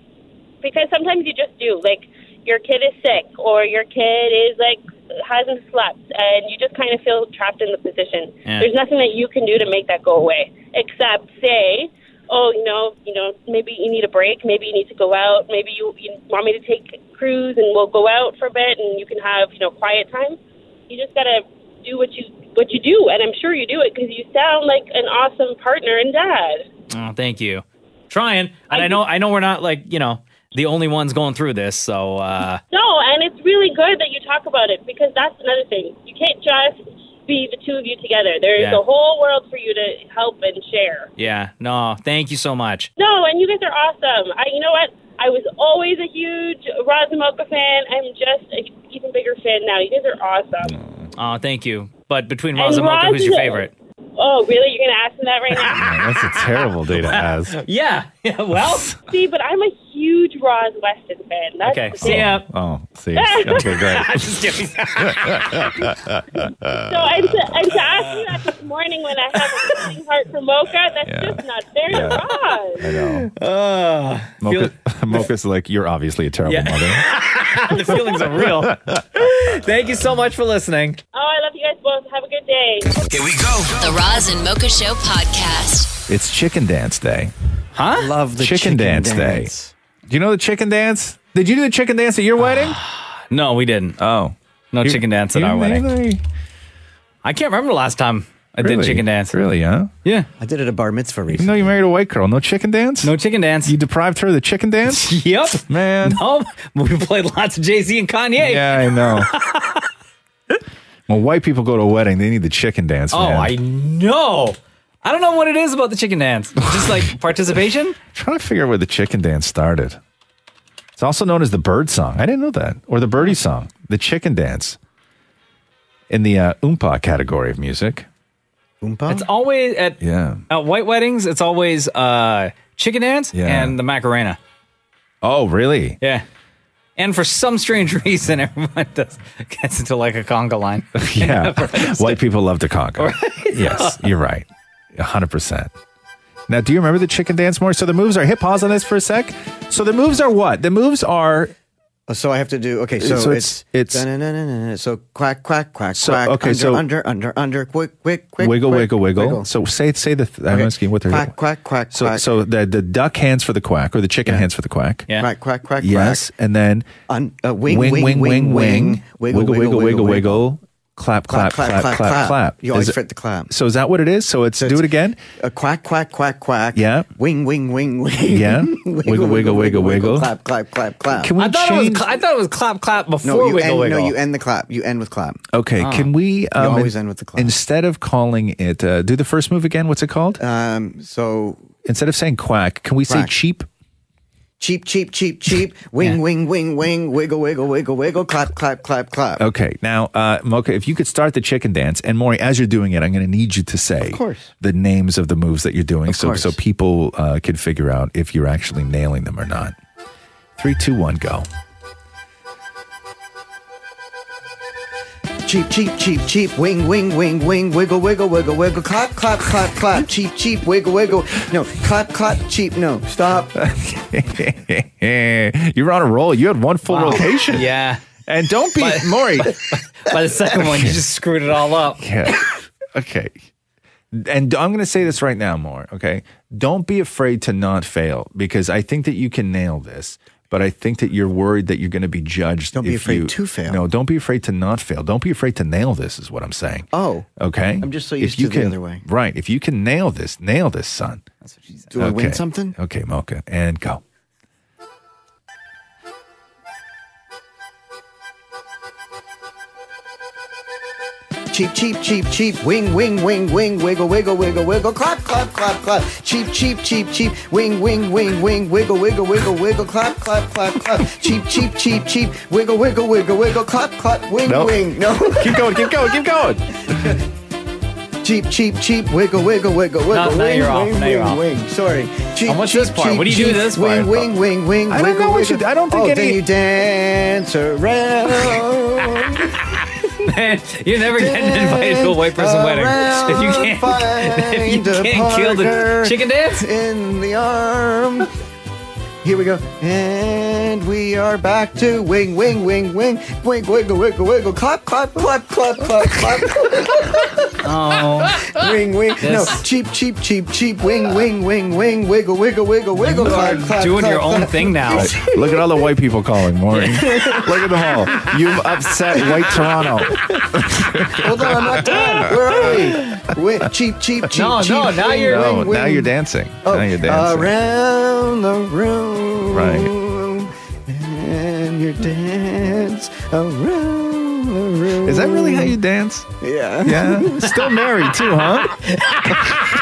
because sometimes you just do. Like your kid is sick, or your kid is like hasn't slept, and you just kind of feel trapped in the position. Yeah. There's nothing that you can do to make that go away, except say, oh, you know, you know, maybe you need a break, maybe you need to go out, maybe you, you want me to take a cruise, and we'll go out for a bit, and you can have you know quiet time. You just gotta do what you what you do, and I'm sure you do it because you sound like an awesome partner and dad. Oh, thank you. Trying, and I know I know we're not like you know the only ones going through this. So uh, No, and it's really good that you talk about it because that's another thing. You can't just be the two of you together. There is Yeah. a whole world for you to help and share. yeah, no, thank you so much. No, and you guys are awesome. I, you know what? I was always a huge Razumoka fan. I'm just an even bigger fan now. You guys are awesome. Oh, thank you. But between And Roz and Mocha, who's your Roz- favorite? Oh, really? You're gonna ask me that (laughs) right now? that's a terrible day to ask. Yeah. (laughs) Yeah. Well. See, but I'm a huge Roz Weston fan. That's Okay. the See thing. ya. (laughs) Oh, see. Okay, great. Just (laughs) kidding. So and to, and to ask you that this morning when I have a beating heart for Mocha, that's just not fair to Roz. I know. Uh, Mocha, (laughs) Mocha's like, you're obviously a terrible mother. the feelings are (laughs) real. Thank you so much for listening. Oh, I love you guys both. Have a good day. Here we go. The Roz and Mocha Show podcast. It's Chicken Dance Day. Huh? Love the Chicken, chicken Dance, dance. Day. Do you know the Chicken Dance? Did you do the Chicken Dance at your wedding? No, we didn't. Oh. No chicken dance at you our wedding. really? I can't remember the last time I did Really? chicken dance. Really, huh? Yeah. I did it at bar (laughs) mitzvah recently. Even though you married a white girl, no chicken dance? No chicken dance. You deprived her of the chicken dance? (laughs) Yep. Man. No, Oh, we played lots of Jay Z and Kanye. Yeah, I (laughs) know. when white people go to a wedding, they need the chicken dance. Oh, man. I know. I don't know what it is about the chicken (laughs) dance. Just like participation. trying to figure out where the chicken dance started. It's also known as the bird song. I didn't know that. Or the birdie song, the chicken dance in the uh, oompa category of music. Oompa? It's always at (laughs) yeah. at white weddings. It's always uh, chicken dance Yeah. and the Macarena. Oh, really? Yeah. And for some strange (laughs) reason, everyone does gets into like a conga (laughs) line. Yeah. (laughs) White people love (laughs) to conquer. Yes, you're right. 100%. Now, do you remember the chicken dance more? So the moves are hit pause on this for a sec. So the moves are what? The moves are. oh, So I have to do okay. So, it's it's, da-na-na-na-na-na, so quack quack quack So, quack. okay, under, so- under under under quick quick quick. wiggle, quick, wiggle, wiggle, So say say the. Th- I'm asking what they're. Quack quack quack so quack. so the the duck hands for the quack or the chicken hands for the quack. yeah. quack quack quack. Yes, and then Un, uh, wing, wing, wing, wing, wing, wing, wiggle, wiggle, wiggle, wiggle, clap, clap, clap, clap, clap, clap. You always Is it- forget the clap. So is that what it is? So it's do it again. A quack, quack, quack, quack. Yeah. Wing, wing, wing, wing. (laughs) Yeah. Wiggle, wiggle, wiggle, wiggle. Clap, clap, clap, clap. Can we I thought it was change- I thought it was clap, clap before no, you wiggle, end, wiggle. No, you end the clap. You end with clap. Okay, Ah. can we? um, You always end with the clap. Instead of calling it, uh, do the first move again. What's it called? Um, so instead of saying quack, can we say Quack. cheap? Cheap, cheap, (laughs) cheap, cheap. Wing, wing, wing, wing. Wiggle, wiggle, wiggle, wiggle. Clap, clap, clap, clap. Okay, now uh, Mocha, if you could start the chicken dance, and Maury, as you're doing it, I'm going to need you to say, Of course. the names of the moves that you're doing, so course. so people uh, can figure out if you're actually nailing them or not. Three, two, one, go. Cheap, cheap, cheap, cheap. Wing, wing, wing, wing. Wiggle, wiggle, wiggle, wiggle. Clap, clap, clap, clap. Cheap, cheap. Wiggle, wiggle. No, clap, clap. Cheap. No, (laughs) stop. you're on a roll. You had one full rotation. Yeah. And don't be (laughs) Maury. By, the second one, you just screwed it all up. Yeah. Okay. And I'm going to say this right now, more. Okay. Don't be afraid to not fail because I think that you can nail this, but I think that you're worried that you're going to be judged. Don't be afraid to fail. No, don't be afraid to not fail. Don't be afraid to nail this, is what I'm saying. Oh. Okay. I'm just so If used you to the can- other way. Right. If you can nail this, nail this, son. That's what she said. Do I win something? Okay, Mocha. And go. Cheap, cheap, cheap, cheap. Wing, wing, wing, wing. Wiggle, wiggle, wiggle, wiggle. Clap, clap, clap, clap. Cheap, cheap, cheap, cheap. Wing, wing, wing, wing. Wiggle, wiggle, wiggle, wiggle. Clap, clap, clap, clap. Cheap, cheap, cheap, cheap. Wiggle, wiggle, wiggle, wiggle. Clap, clap. Wing, No. wing. No. keep going, keep going, keep going. Cheap, cheep, cheap, wiggle, wiggle, wiggle, wiggle, No, wing, now you're off, wing, now wing, you're off. wing. Sorry. Cheap, And what's this part? What do you do with this wing, part? Wing, wing, wing, I don't wiggle, know what wiggle. you- I don't think oh, any- then you dance around. Man, you're never getting invited to a white person wedding if you can't (laughs) if you Find a can't kill the partner chicken dance. in the arm. Here we go, and we are back to wing, wing, wing, wing, wing, wiggle, wiggle, wiggle, clap, clap, clap, clap, clap, clap. Oh, Wing, wing, no, This- cheap, cheap, cheap, cheap, wing, wing, wing, wing, wiggle, wiggle, wiggle, wiggle, You clap, are clap, doing clap, your own clap. thing now. Look at all the white people calling, (laughs) Maury. Look at them all. You've upset white Toronto. Hold on, I'm not done. (laughs) Where are we? Wait, cheap, cheap, cheap, No, cheap. no, now wing, you're- No, wing, now wing. you're dancing. Oh, now you're dancing. around the room. Right. And you dance around the room. Is that really how you dance? Yeah. Yeah. Still married too, uh, huh?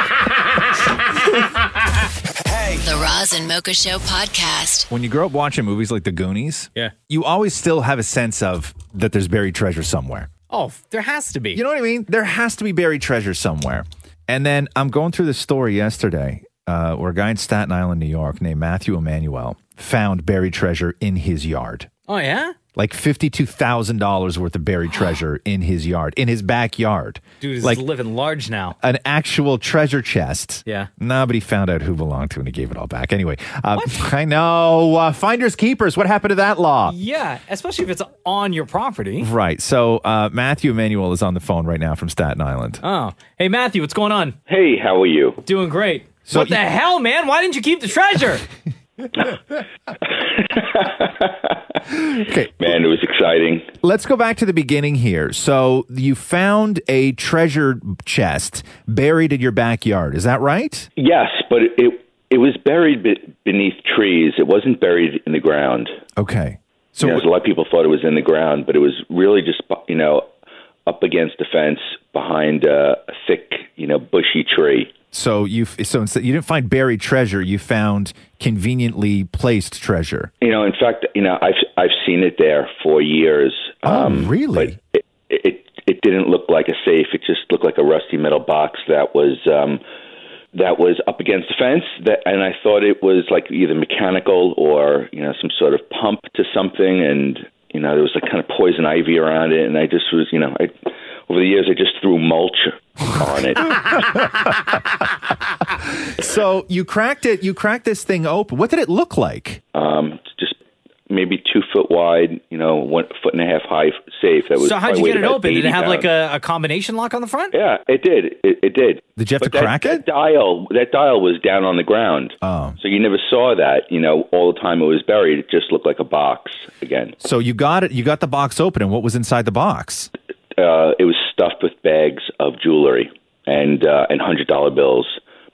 The Roz and Mocha Show (laughs) podcast. When you grow up watching movies like The Goonies, yeah. you always still have a sense of that there's buried treasure somewhere. Oh, there has to be. You know what I mean? There has to be buried treasure somewhere. And then I'm going through this story yesterday uh, where a guy in Staten Island, New York, named Matthew Emanuel found buried treasure in his yard. Oh yeah, Like $52,000 worth of (gasps) buried treasure in his yard, in his backyard. dude is like living large now. an actual treasure chest. Yeah. Nah, but he found out who belonged to and he gave it all back. Anyway, uh, (laughs) I know. Uh, finders keepers. What happened to that law? Yeah, especially if it's on your property. Right. So uh, Matthew Emanuel is on the phone right now from Staten Island. Oh, hey Matthew, what's going on? Hey, how are you? Doing great. So what the you- hell, man? Why didn't you keep the treasure? Man, it was exciting. Let's go back to the beginning here. So you found a treasure chest buried in your backyard. Is that right? Yes, but it it, it was buried be- beneath trees. It wasn't buried in the ground. Okay. So a lot of people thought it was in the ground, but it was really just bu- you know up against a fence behind a, a thick you know bushy tree. So you f- so instead, you didn't find buried treasure. You found conveniently placed treasure. You know, in fact, you know I've I've seen it there for years. Um, Oh, really? But it, it it didn't look like a safe. It just looked like a rusty metal box that was. um that was up against the fence, that, and I thought it was like either mechanical or you know some sort of pump to something, and you know there was like kind of poison ivy around it, and I just was you know I, over the years I just threw mulch on it. (laughs) So you cracked it. You cracked this thing open. What did it look like? um, just maybe two foot wide, you know, one foot and a half high safe. (laughs) That was so how'd probably you get weighed it about open? Did it 80 have like pounds. a, a combination lock on the front? Yeah, it did. It, it did. Did you have but to that, crack that Dial that dial was down on the ground. Oh. So you never saw that, you know, all the time it was buried. It just looked like a box again. So you got it. You got the box open, and what was inside the box? uh, it was stuffed with bags of jewelry and uh, and hundred dollar bills.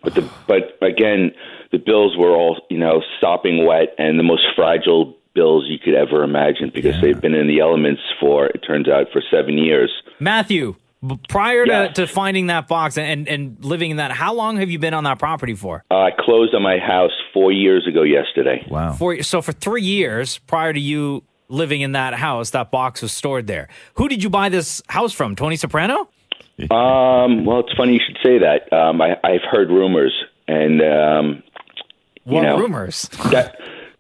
But the but again, the bills were all you know sopping wet and the most fragile bills you could ever imagine because they've been in the elements for it turns out for seven years. Matthew, b- prior to, to finding that box and, and living in that, how long have you been on that property for? Uh, I closed on my house four years ago yesterday. Wow. For so for three years prior to you living in that house, that box was stored there. Who did you buy this house from? Tony Soprano? Um, well, it's funny you should say that. Um, I, I've heard rumors, and um, What you know, rumors? (laughs) That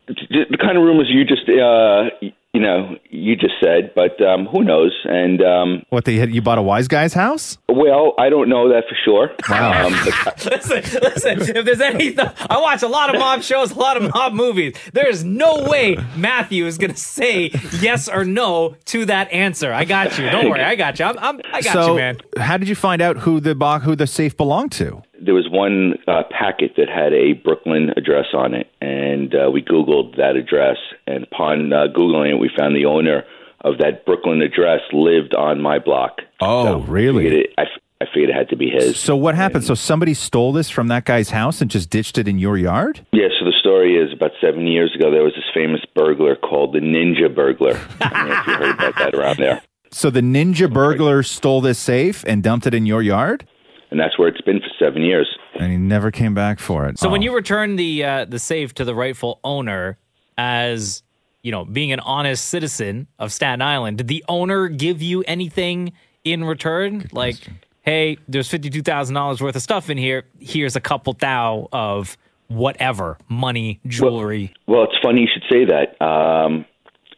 the the kind of rumors you just uh, you know you just said, but um, who knows? And um, What they had? You bought a wise guy's house? well, I don't know that for sure. Wow. Um, but- listen, listen. If there's any, I watch a lot of mob shows, a lot of mob movies. There is no way Matthew is going to say yes or no to that answer. I got you. Don't worry, I got you. I'm, I'm, I got so, you, man. how did you find out who the box, who the safe belonged to? there was one uh, packet that had a Brooklyn address on it, and uh, we Googled that address. And upon uh, Googling it, we found the owner of that Brooklyn address lived on my block. Oh, really? Figured it- I, f- I figured it had to be his. So what happened? So somebody stole this from that guy's house and just ditched it in your yard? Yeah, so the story is about seven years ago, there was this famous burglar called the Ninja Burglar. I don't know if you heard about that around there. So the ninja burglar stole this safe and dumped it in your yard, And that's where it's been for seven years. and he never came back for it. So when you return the uh, the safe to the rightful owner, as you know, being an honest citizen of Staten Island, did the owner give you anything in return? like, hey, there's fifty two thousand dollars worth of stuff in here. Here's a couple thou of whatever money, jewelry. Well, it's funny you should say that. Um,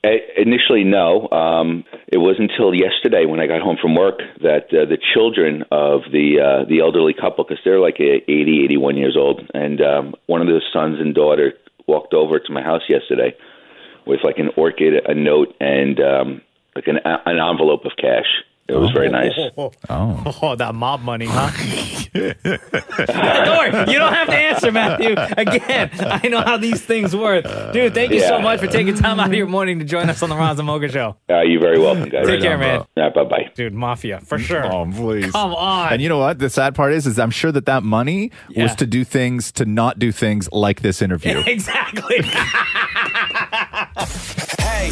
i- initially, no. Um, it wasn't until yesterday when I got home from work that uh, the children of the uh, the elderly couple, because they're like uh, 80, 81 years old, and um, one of their sons and daughter walked over to my house yesterday with like an orchid, a note, and um, like an, an envelope of cash. It was very nice. Oh. (laughs) that mob money, huh? don't worry, you don't have to answer, Matthew. Again, I know how these things work, dude. Thank you so Yeah. much for taking time out of your morning to join us on the Roz and Mocha Show. Uh, you're very welcome, guys. Take care, man. bye bye. Dude, mafia for (laughs) sure. Oh, please. Come on. And you know what? The sad part is, is I'm sure that that money Yeah. was to do things to not do things like (laughs) this interview. exactly.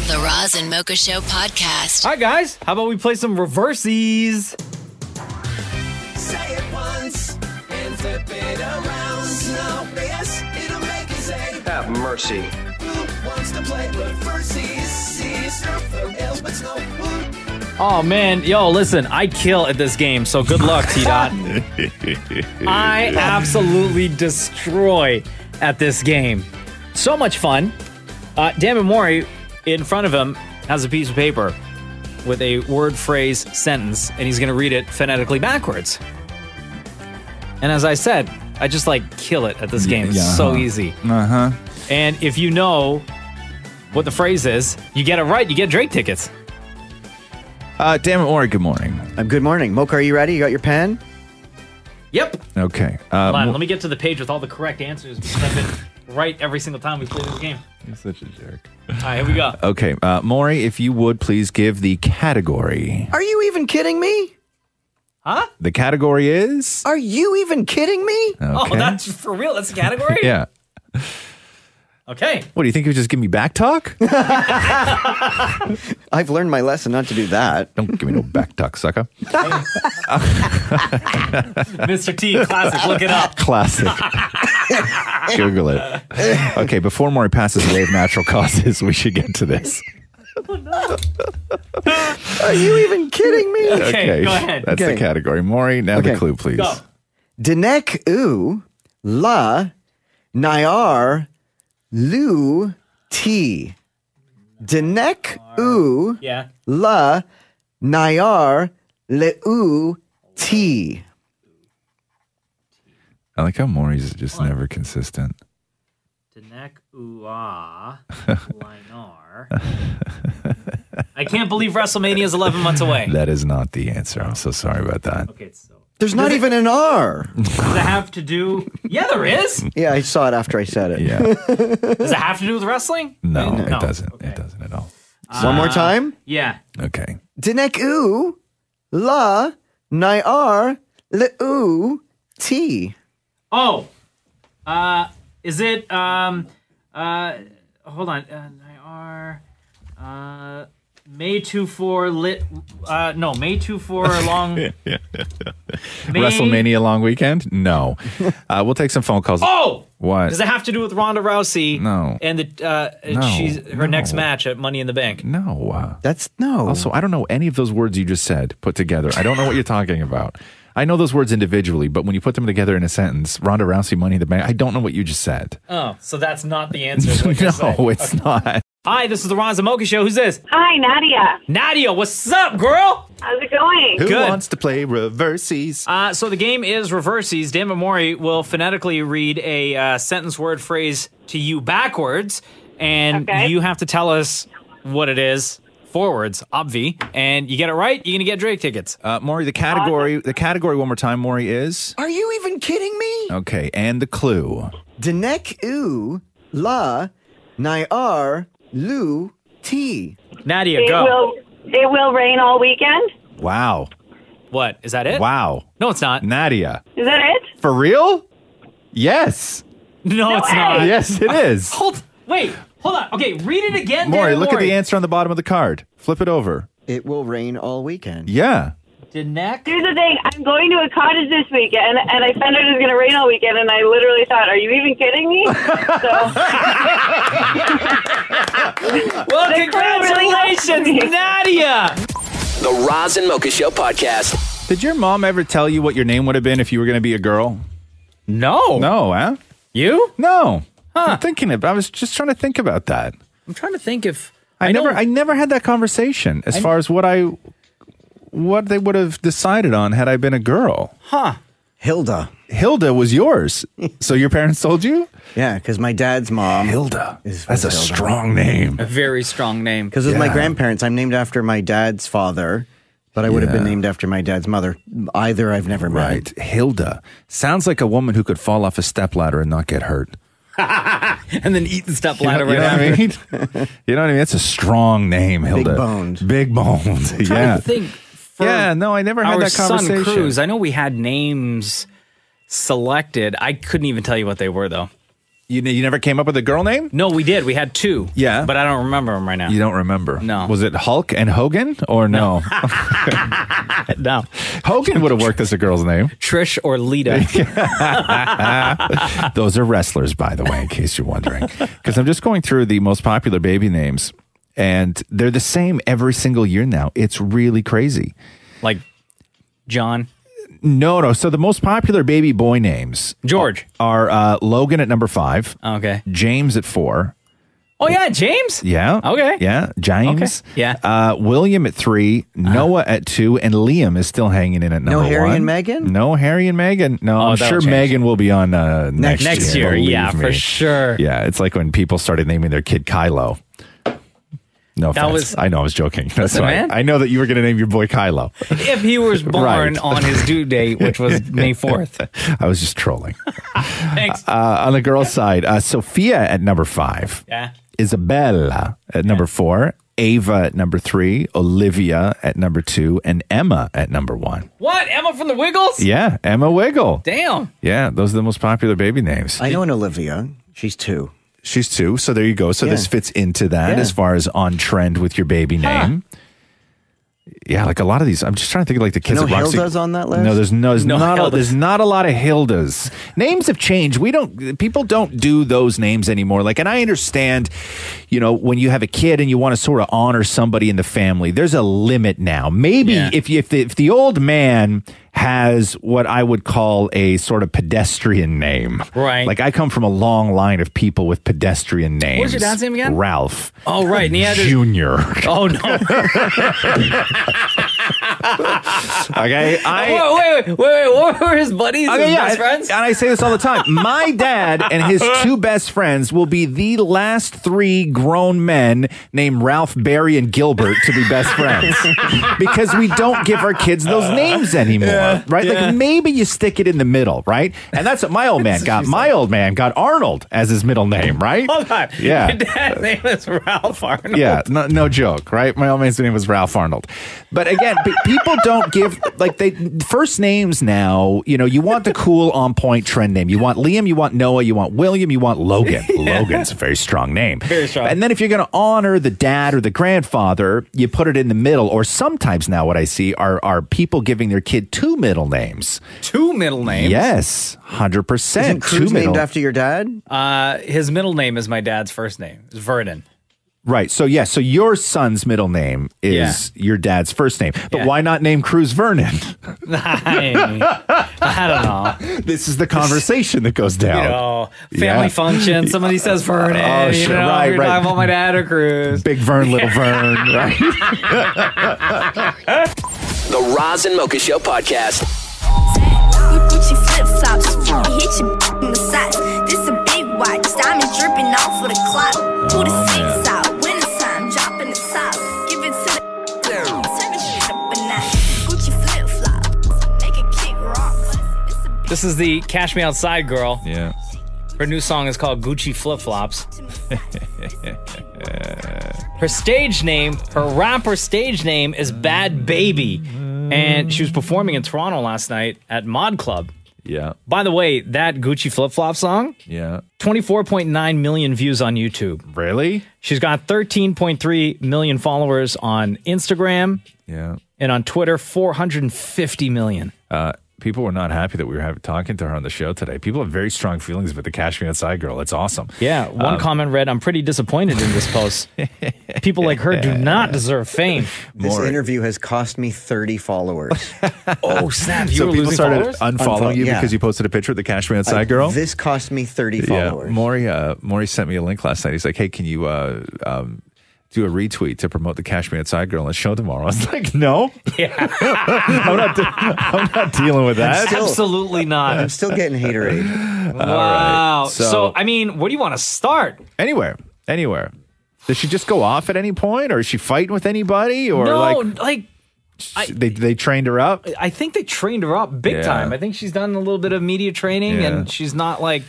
The Roz and Mocha Show podcast. All right, guys. How about we play some reverses? Say it once and flip it around. No BS, it'll make you say, Have mercy. Who wants to play reverses? See, surf the rails, but no who. Oh man, yo, listen, I kill at this game, so good luck, T Dot. I absolutely destroy at this game. So much fun. Uh, Damon Mori, in front of him, has a piece of paper with a word, phrase, sentence, and he's going to read it phonetically backwards. And as I said, I just like kill it at this game. It's so easy. Uh huh. And if you know what the phrase is, you get it right, you get Drake tickets. (laughs) Uh, damn it, Ori. Good morning. I'm good morning. Mocha, are you ready? You got your pen? Yep. Okay. Hold on, Um, let me get to the page with all the correct answers because I've been right every single time we play this game. (laughs) You're such a jerk. All right, here we go. okay, uh, Maury, if you would please give the category. Are you even kidding me? Huh? The category is. Are you even kidding me? Okay. for real. Oh, That's a category? (laughs) yeah. Okay. What do you think? You just give me back talk? I've learned my lesson not to do that. Don't give me no (laughs) back talk, sucker. (laughs) Mr. T, classic. Look it up. (laughs) Classic. Google it. Okay, before Maury passes away of natural causes, we should get to this. Are you even kidding me? That's the category. Maury, now the clue, please. Denek u la nyar lu t. Denek u Yeah. la nyar leu t. I like how Maury's just never consistent. Denek Ua (laughs) Linar. I can't believe WrestleMania is 11 months away. That is not the answer. I'm so sorry about that. Okay, so There's not even an R. does it have to do? Yeah, there is. Yeah, I saw it after I said (laughs) it. Yeah. Does it have to do with wrestling? No, No. it doesn't. It doesn't at all. One more time. Yeah. Okay. Denek u la niar leu t. Oh, uh, is it? Um, uh, hold on. Uh, are uh, May two four lit. Uh, no, May two four long. May- (laughs) WrestleMania long weekend? (laughs) No. uh, we'll take some phone calls. Oh, What? does that have to do with Ronda Rousey? No. and the uh, No, she's her next match at Money in the Bank. No. uh, That's no. Also, I don't know any of those words you just said put together. I don't know what you're talking about. I know those words individually, but when you put them together in a sentence, Ronda Rousey, Money in the Bank, I don't know what you just said. Oh, so that's not the answer. is no, (laughs) what you're saying. it's not. Hi, this is the Ron Zamoka Show. Who's this? Hi, Nadia. Nadia, what's up, girl? How's it going? Who wants to play reverses? Uh, so the game is reverses. Dan Mori will phonetically read a uh, sentence, word, phrase to you backwards, and Okay. you have to tell us what it is forwards, obvi. And you get it right, you're gonna get Drake tickets. Uh, Maury, the category, the category one more time, Maury is Are you even kidding me? okay, and the clue. Denek u la niar lu t. Nadia, It will, it will rain all weekend. Wow. What is that? It? Wow. No, it's not. Nadia, Is that (laughs) it? for real? Yes. Uh, No, it's not. (laughs) Yes, it is. Hold, wait, hold on. Okay, read it again. Maury, Dan look at the Mori. answer on the bottom of the card. Flip it over. It will rain all weekend. Yeah. Dinek? Here's the thing. I'm going to a cottage this weekend, and I found out it was going to rain all weekend, and I literally thought, are you even kidding me? So. (laughs) well, congratulations, Nadia. The Roz and Mocha Show podcast. Did your mom ever tell you what your name would have been if you were going to be a girl? No. No, huh? You? No. I'm thinking of, I was just trying to think about that. I'm trying to think if I, never I never had that conversation as I- far as what I what they would have decided on had I been a girl. Huh. Hilda. Hilda was (laughs) yours. so your parents told you? Yeah, because my dad's mom Hilda. Is That's a strong name. A very strong name. Because with my grandparents, I'm named after my dad's father, but I would have been named after my dad's mother. Either I've never met. Right. Hilda. Sounds like a woman who could fall off a stepladder and not get hurt. and then eat the step You know, ladder you know right what I after. mean? (laughs) you know what I mean? That's a strong name, Hilda. Big boned. Big boned. trying yeah. to think. For Yeah, no, I never had our that conversation. Sun cruise. I know we had names selected. I couldn't even tell you what they were though. You you never came up with a girl name? No, we did. We had two. Yeah. but I don't remember them right (laughs) now. You don't remember? No. Was it Hulk and Hogan or no? no. (laughs) Hogan would have worked as a girl's name. (laughs) Trish or Lita. (laughs) Those are wrestlers, by the way, in case you're (laughs) wondering. Because I'm just going through the most popular baby names, and they're the same every single year now. It's really crazy. Like John. No, no. So the most popular baby boy names George are uh, Logan at number five. Okay. James at four. Oh yeah, James. Yeah. Okay. Yeah. James. Yeah. Uh, William at 3 Noah at two, and Liam is still hanging in at number No Harry one. and Meghan? No Harry and Meghan. No, I'm Oh, that'll sure change. Megan will be on uh, next, Next year. year, believe yeah, for me. sure. Yeah, it's like when people started naming their kid Kylo. No That offense. was- I know I was joking. That's Listen, why man. I know that you were going to name your boy Kylo. (laughs) If he was born Right. on (laughs) his due date, which was May fourth. I was (laughs) just trolling. Thanks. Uh, on the girl's side, uh, Sophia at number five. Yeah. Isabella at number four. Ava at number three. Olivia at number two. And Emma at number one. What? Emma from the Wiggles? Yeah, Emma Wiggle. Damn. Yeah, those are the most popular baby names. I know an Olivia. She's two. She's two, so there you go. So this Yeah. fits into that Yeah. as far as on trend with your baby name. Yeah, like a lot of these. I'm just trying to think of like the kids. No that Roxy- Hildas on that list? No, there's no, there's No not. A, Hildas. there's not a lot of Hildas. Names have changed. We don't. People don't do those names anymore. Like, and I understand. You know, when you have a kid and you want to sort of honor somebody in the family, there's a limit now. Maybe if you, if the if the old man has what I would call a sort of pedestrian name, Right. Like I come from a long line of people with pedestrian names. What's your dad's name again? Ralph. Oh, right, Oh. and he (laughs) had to- Junior. Oh no. (laughs) (laughs) Okay, I. wait, wait, wait, wait. What were his buddies? Okay, his yeah, best and- friends? And I say this all the time. My dad and his two best friends will be the last three grown men named Ralph, Barry, and Gilbert to be best (laughs) friends because we don't give our kids those names anymore, right? Uh, yeah. Like maybe you stick it in the middle, right? And that's what my old man got. My old man got Arnold as his middle name, right? Hold on. Yeah. Uh, Your dad's name is Ralph Arnold. (laughs) Yeah, no, no joke, right? My old man's name was Ralph Arnold. But again, pe- people don't give like they first names now. You know, you want the cool, on point trend name. You want Liam, you want Noah, you want William, you (laughs) want Logan. Logan's a very strong name. Very strong. And then if you're going to honor the dad or the grandfather, you put it in the middle. Or sometimes now, what I see are are people giving their kid two middle names. Two middle names. Yes, hundred percent. Isn't Two Cruz middle. named after your dad? Uh, his middle name is my dad's first name. It's Vernon. (laughs) Right. So yeah. So your son's middle name is your dad's first name, but Yeah. why not name Cruz Vernon? I, don't know. this is the conversation that goes You down. know, family Yeah. function. Somebody says Vernon. (laughs) Oh, you shit, know, right, you're right. talking about my dad or Cruz. Big (laughs) Vern, little Vern. Right. (laughs) The Roz and Mocha Show podcast. Gucci flip flops. I hit you in the socks. This a big watch. Diamonds dripping off of the clock. Pull the six out. Winter time. Dropping the top. Give it to the Turn the shit up a notch. Gucci flip flop. Make a kick rock. This is the Cash Me Outside girl. Yeah. Her new song is called Gucci Flip Flops. her stage name, her rapper stage name is Bad Baby. And she was performing in Toronto last night at Mod Club. Yeah. By the way, that Gucci Flip Flop song, Yeah. 24.9 million views on YouTube. Really? She's got 13.3 million followers on Instagram Yeah. and on Twitter, 450 million. Uh, people were not happy that we were having, talking to her on the show today. People have very strong feelings about the Cash Me Outside girl. It's awesome. Yeah, one Um, comment read, I'm pretty disappointed in this post. People like her do (laughs) not deserve fame. This interview has cost me 30 followers. (laughs) oh, snap. so people started unfollowing you because you posted a picture of the Cash Me Outside I- girl. This cost me 30 followers. Yeah, Maury, uh, Maury sent me a link last night. He's like, "Hey, can you uh, um, do a retweet to promote the Cash Me Outside Girl on the show tomorrow?" (laughs) I was (laughs) like, "No, I'm not, de- I'm (laughs) not dealing with that. Absolutely not. I'm still getting (laughs) haterade. Wow. right, so, so- I mean, where do you want to start? anywhere, anywhere." Does she just go off at any point, or is she fighting with anybody, or no, like like, I- they they trained her up? I think they trained her up big Yeah. time. I think she's done a little bit of media training, Yeah. and she's not like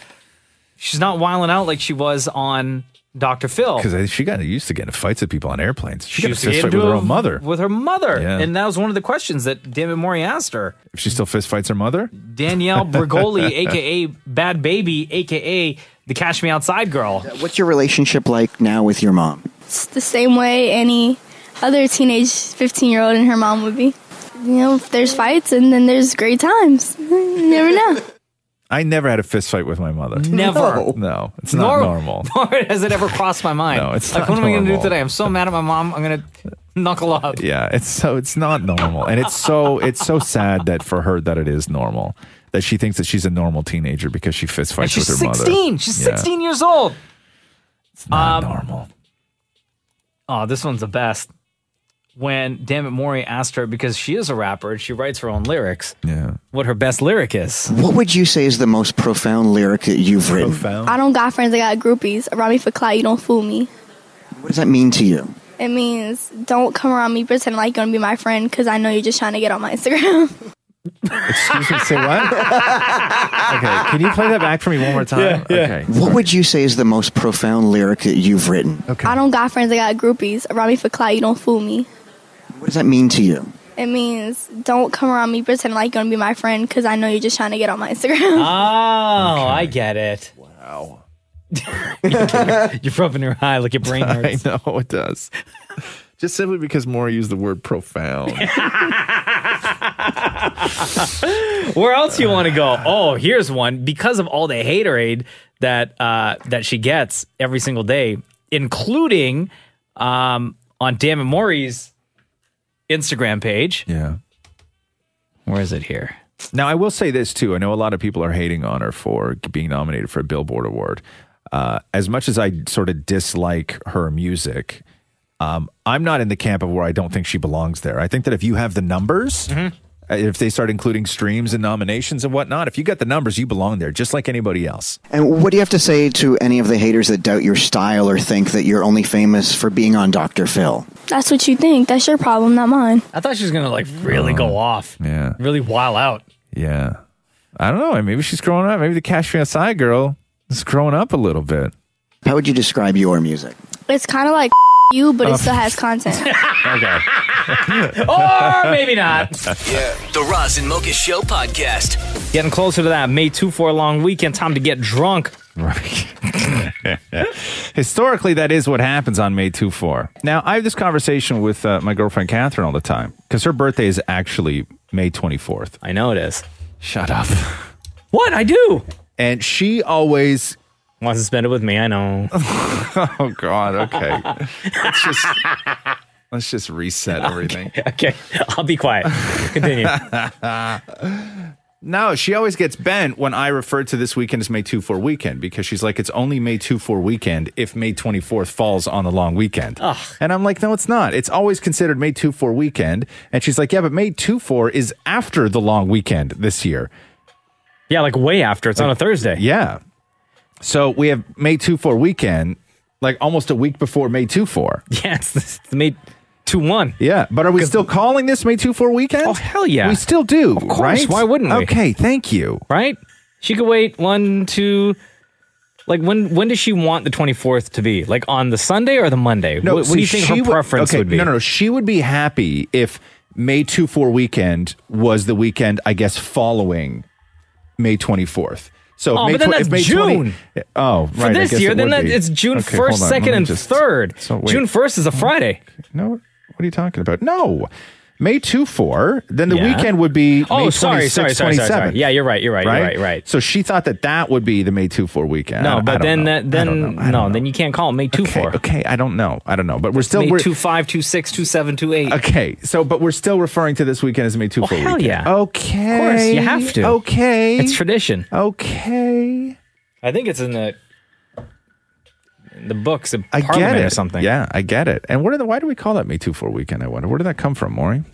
she's not wiling out like she was on Doctor Phil. Because she got used to getting in fights with people on airplanes. Oh. She, got in a used to fist get fight into with her a- own mother. With her mother, Yeah. and that was one of the questions that David Mori asked her. If she still fist fights her mother, Danielle (laughs) Brigoli, aka Bad Baby, aka the Cash Me Outside girl. What's (laughs) your relationship like now with your mom? It's the same way any other teenage 15 year old and her mom would be. You know, there's fights and then there's great times. (laughs) You never know. I never had a fist fight with my mother. Never. No, it's not Nor- normal. Nor has it ever crossed my mind. No, it's like not what am I going to do normal. today? I'm so mad at my mom. I'm going to knuckle up. Yeah, it's so it's not normal, and it's so it's so sad that for her that it is normal that she thinks that she's a normal teenager because she fist And fights she's with her 16. mother. She's Yeah. 16 years old. It's not normal. Oh, this one's the best. When Dammit Mori asked her because she is a rapper and she writes her own lyrics. Yeah. What her best lyric is. What would you say is the most profound lyric that you've written? I don't got friends, I got groupies. Around me for clout, you don't fool me. What does that mean to you? It means don't come around me pretending like you're gonna be my friend because I know you're just trying to get on my Instagram. Excuse me, say what? okay, can you play that back for me one more time? Okay. What would you say is the most profound lyric that you've written? Okay. I don't got friends, I got groupies. Around me for clout, you don't fool me. What does that mean to you? It means don't come around me pretending like you're gonna be my friend because I know you're just trying to get on my Oh, Instagram. I get it. Wow. (laughs) (laughs) you're rubbing your eye like your brain I hurts. know it does. Just simply because Maury used the word profound. Where else you want to go? Oh, here's one. Because of all the haterade that uh, that she gets every single day, including um, on Dan and Maury's Instagram page. Yeah. Where is it here? Now, I will say this too. I know a lot of people are hating on her for being nominated for a Billboard Award. Uh, as much as I sort of dislike her music, um, I'm not in the camp of where I don't think she belongs there. I think that if you have the numbers, Mm-hmm. uh, if they start including streams and nominations and whatnot, if you got the numbers, you belong there, just like anybody else. And what do you have to say to any of the haters that doubt your style or think that you're only famous for being on Dr. Phil? That's what you think. That's your problem, not mine. I thought she was gonna like really go off. Uh-huh. Yeah. Really wild out. Yeah. I don't know. Maybe she's growing up. Maybe the Cash Me Outside girl is growing up a little bit. How would you describe your music? It's kind of like (laughs) you, but Oh. it still has content. Okay. (laughs) or maybe not. yeah. The Roz and Mocha Show podcast. Getting closer to that May 2 for a long weekend. Time to get drunk. (laughs) Historically, that is what happens on May 2 4. Now, I have this conversation with uh, my girlfriend Catherine all the time because her birthday is actually May 24th. I know it is. Shut up. (laughs) What? I do. And she always wants to spend it with me. I know. (laughs) oh, God. Okay. let's, just, (laughs) (laughs) let's just reset everything. Okay. (laughs) I'll be quiet. Continue. (laughs) No, she always gets bent when I refer to this weekend as May 2 4 weekend because she's like, it's only May 2 4 weekend if May 24th falls on the long weekend. And I'm like, no, it's not. It's always considered May 2 4 weekend. And she's like, yeah, but May 2 4 is after the long weekend this year. Yeah, like way after. It's on (laughs) a Thursday. Yeah. So we have May 2 4 weekend, like almost a week before May 2 4. Yeah, it's, it's May 2 1. Yeah. But are we still calling this May 2 4 weekend? Oh, hell yeah. We still do. Of course. Right? Why wouldn't we? Okay. Thank you. Right? She could wait one, two. Like when? When does she want the twenty fourth to be? Like on the Sunday or the Monday? No, what, what see, do you think she her preference okay, would be? No, no, no. She would be happy if May 2 4 weekend was the weekend, I guess, following May 24th. So if Oh, May but then twen- if that's May 20 June. oh, right. For I this guess year, it then would that, be. it's June Okay, hold first, on, second, let me and just- third. so wait. Hmm? June first is a Friday. No, what are you talking about? No. May 2 4, then the Yeah. weekend would be Oh, sorry, May 26, sorry, sorry, sorry, 27. sorry. Yeah, you're right, you're right, you're right, right. So she thought that that would be the May 2 4 weekend. I- no, I but don't then know. that then no, then you can't call it May two four. Okay, I don't know. I don't know. But we're still. May we're, two five, two six, two seven, two eight. Okay, so but we're still referring to this weekend as May Two Oh, Four hell weekend. yeah. Okay, Of course, you have to. Okay, It's tradition. Okay, I think it's in the in the books, the I get parliament it. or something. Yeah, I get it. And where did the, why do we call that May Two Four weekend? I wonder where did that come from, Maury?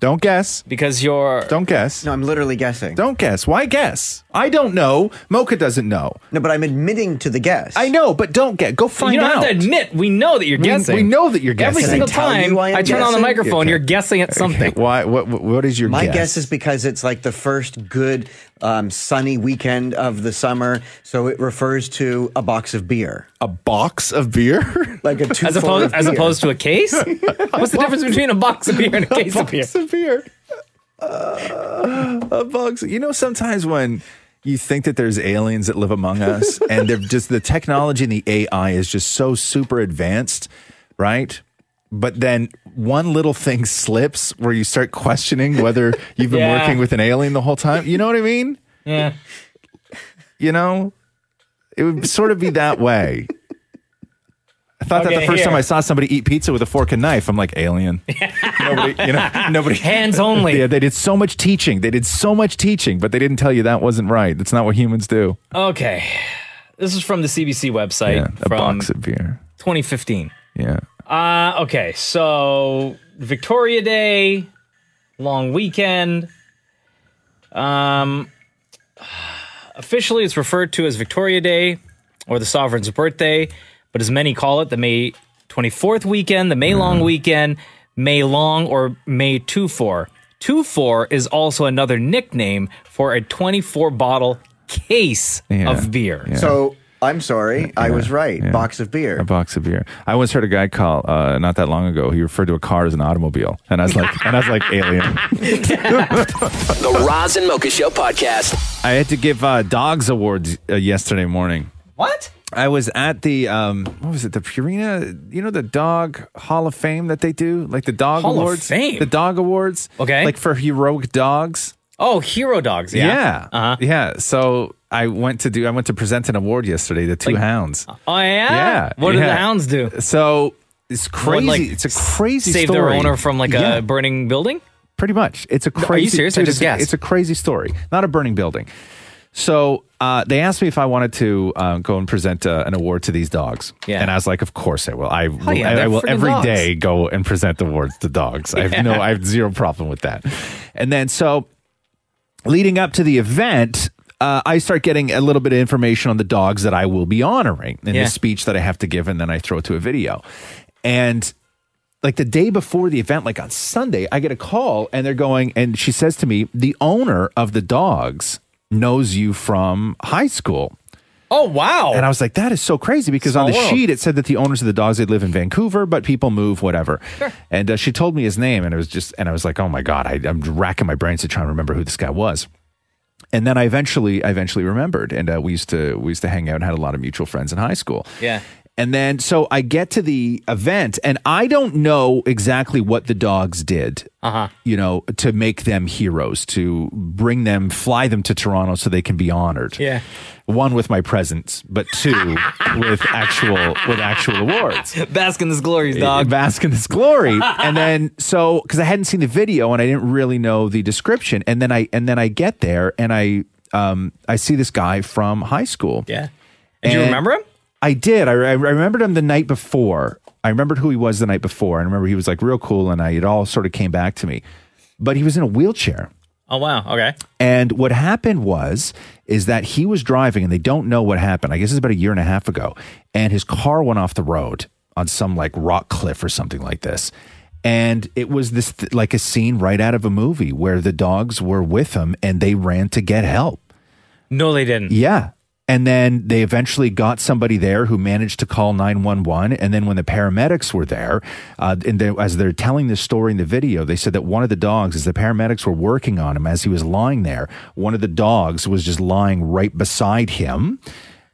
Don't guess. Because you're. Don't guess. No, I'm literally guessing. Don't guess. Why guess? I don't know. Mocha doesn't know. No, but I'm admitting to the guess. I know, but don't get. Go find you don't out. have to admit. We know that you're We- guessing. we know that you're Every guessing. single Can I tell time you I, I am turn on the guessing? microphone, Okay. you're guessing at something. (laughs) Why? What? What is your My guess? guess? is because it's like the first good um, sunny weekend of the summer, so it refers to a box of beer. A box of beer, (laughs) like a two As opposed, as opposed to a (laughs) case? What's the difference between a box of beer and a (laughs) case of beer? beer. (sighs) a box. Uh, You know, sometimes when you think that there's aliens that live (laughs) among us, and they're just the technology and the AI is just so super advanced, right? But then one little thing slips where you start questioning whether you've been Yeah. working with an alien the whole time. You know what I mean? Yeah. You know, it would sort of be that way. I thought that Okay, the first here. time I saw somebody eat pizza with a fork and knife, I'm like, alien. (laughs) nobody, (laughs) you know, nobody. Hands only. Yeah, they did so much teaching. They did so much teaching, but they didn't tell you that wasn't right. That's not what humans do. Okay. This is from the CBC website a from box of beer. 2015. Yeah. Uh, okay, so Victoria Day, long weekend. Um, officially, it's referred to as Victoria Day or the Sovereign's Birthday, but as many call it, the May 24th weekend, the May long weekend, May long, or May 2 4. 2 4 is also another nickname for a 24 bottle case of beer. So I'm sorry, I was right. Box of beer. A box of beer. I once heard a guy call uh, not that long ago. He referred to a car as an automobile, and I was like, and I was like, (laughs) alien. (laughs) the Roz and Mocha Show podcast. I had to give uh, dogs awards uh, yesterday morning. What? I was at the um, what was it? The Purina, you know, the dog Hall of Fame that they do, like the dog Hall of awards, Fame? the dog awards, Okay. like for heroic dogs. Oh, hero dogs. Yeah. yeah, uh-huh. yeah. So I went to do, I went to present an award yesterday. The two hounds. Oh, yeah? Yeah. What did yeah. the hounds do? So it's One, crazy. like, it's a crazy save story. their owner from like Yeah. a burning building. Pretty much. It's a No, are you crazy. serious? I dude, just it's a- guessed. It's a crazy story. Not a burning building. So uh, they asked me if I wanted to uh, go and present uh, an award to these dogs. Yeah. And I was like, of course I will. I will, yeah, I- I, they're will friggin' every day dogs. go and present the awards to dogs. I have no, Yeah. I have zero problem with that. And then so leading up to the event, uh, I start getting a little bit of information on the dogs that I will be honoring in Yeah. the speech that I have to give, and then I throw to a video. And like the day before the event, like on Sunday, I get a call, and they're going, and she says to me, "The owner of the dogs knows you from high school." Oh wow! (laughs) And I was like, that is so crazy because on the Small world. sheet it said that the owners of the dogs they live in Vancouver, but people move whatever. And uh, she told me his name, and it was just, and I was like, oh my god, I, I'm racking my brains to try and remember who this guy was. And then I eventually, I eventually remembered, and uh, we used to we used to hang out and had a lot of mutual friends in high school. Yeah. And then so I get to the event and I don't know exactly what the dogs did. Uh-huh. You know, to make them heroes, to bring them, fly them to Toronto so they can be honored. Yeah. One with my presence, but two (laughs) with actual with actual awards. Bask in his glories, dog. Bask in his glory. and then so because I hadn't seen the video and I didn't really know the description. And then I and then I get there and I um I see this guy from high school. Yeah. And you remember him? I did. I, I remembered him the night before. I remembered who he was the night before. I remember he was like real cool, and I it all sort of came back to me. But he was in a wheelchair. Oh wow. Okay. And what happened was is that he was driving and they don't know what happened. I guess it's about a year and a half ago. And his car went off the road on some like rock cliff or something like this. And it was this th- like a scene right out of a movie where the dogs were with him and they ran to get help. No, they didn't. Yeah. And then they eventually got somebody there who managed to call 911. And then when the paramedics were there, uh, and they, as they're telling this story in the video, they said that one of the dogs, as the paramedics were working on him, as he was lying there, one of the dogs was just lying right beside him.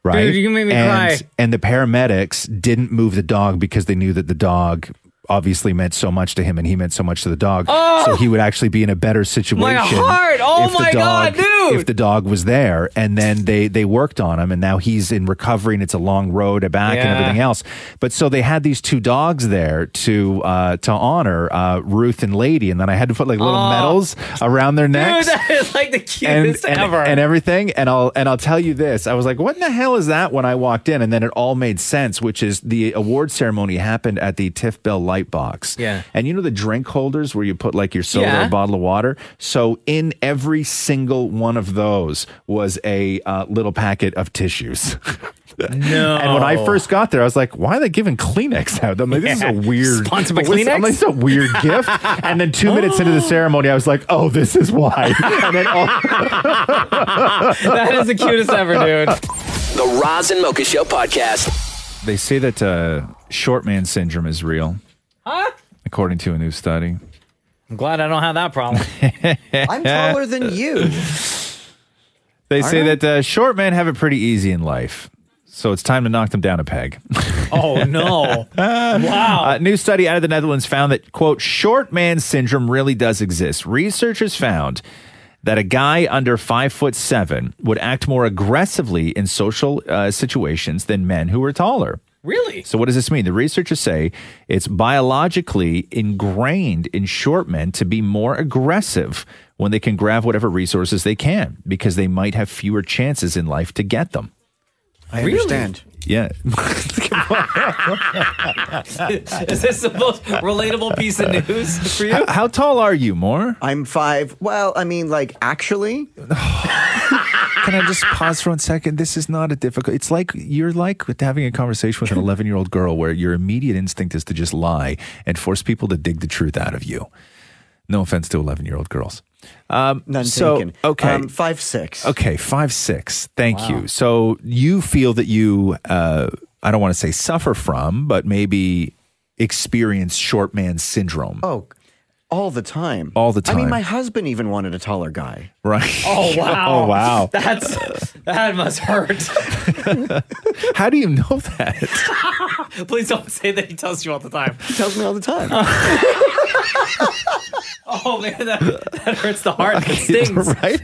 Right. Dude, you made me and, cry. And the paramedics didn't move the dog because they knew that the dog obviously meant so much to him and he meant so much to the dog. Oh! So he would actually be in a better situation My heart! Oh if the my God, dude! If the dog was there, and then they they worked on him, and now he's in recovery, and it's a long road back and Yeah. everything else. But so they had these two dogs there to uh, to honor uh, Ruth and Lady, and then I had to put like little Aw. medals around their necks Oh. Dude, (laughs) that is like the and, cutest and, ever. and everything. And I'll and I'll tell you this. I was like, what in the hell is that when I walked in? And then it all made sense, which is the award ceremony happened at the Tiff Bell Light Box. Yeah. And you know the drink holders where you put like your soda Yeah. or bottle of water? So in every single one of those was a uh, little packet of tissues. (laughs) no. And when I first got there, I was like, "Why are they giving Kleenex out?" I'm like, "This Yeah. is a weird, Sponsored by I'm like, Kleenex? this is a weird (laughs) gift." And then two minutes into the ceremony, I was like, "Oh, this is why." (laughs) And then all, (laughs) that is the cutest ever, dude. The Roz and Mocha Show podcast. They say that uh, short man syndrome is real, Huh? according to a new study. I'm glad I don't have that (laughs) problem. I'm taller than you. They say Alright. that uh, short men have it pretty easy in life, so it's time to knock them down a peg. (laughs) Oh no! wow. A new study out of the Netherlands found that, quote, short man syndrome really does exist. Researchers found that a guy under five foot seven would act more aggressively in social uh, situations than men who were taller. Really? So, what does this mean? The researchers say it's biologically ingrained in short men to be more aggressive when they can grab whatever resources they can because they might have fewer chances in life to get them. I understand. Yeah. is this the most relatable piece of news (laughs) for you? How, how tall are you, Moore? I'm five. Well, I mean, like, actually, (laughs) Can I just pause for one second? This is not a difficult. It's like you're like with having a conversation with an 11 year old girl where your immediate instinct is to just lie and force people to dig the truth out of you. No offense to 11 year old girls. Um, none so, taken. Okay. Um, five, six. okay. Five, six. Thank Wow. you. So you feel that you, uh, I don't want to say suffer from, but maybe experience short man syndrome. Oh, all the time. All the I mean, time. (laughs) my husband even wanted a taller guy. Right. (laughs) Oh wow! Oh, wow. (laughs) That's that must hurt. (laughs) How do you know that? Please don't say that he tells you all the time. He tells me all the time. (laughs) Oh man, that, that hurts the heart. (laughs) That stings. (laughs) right?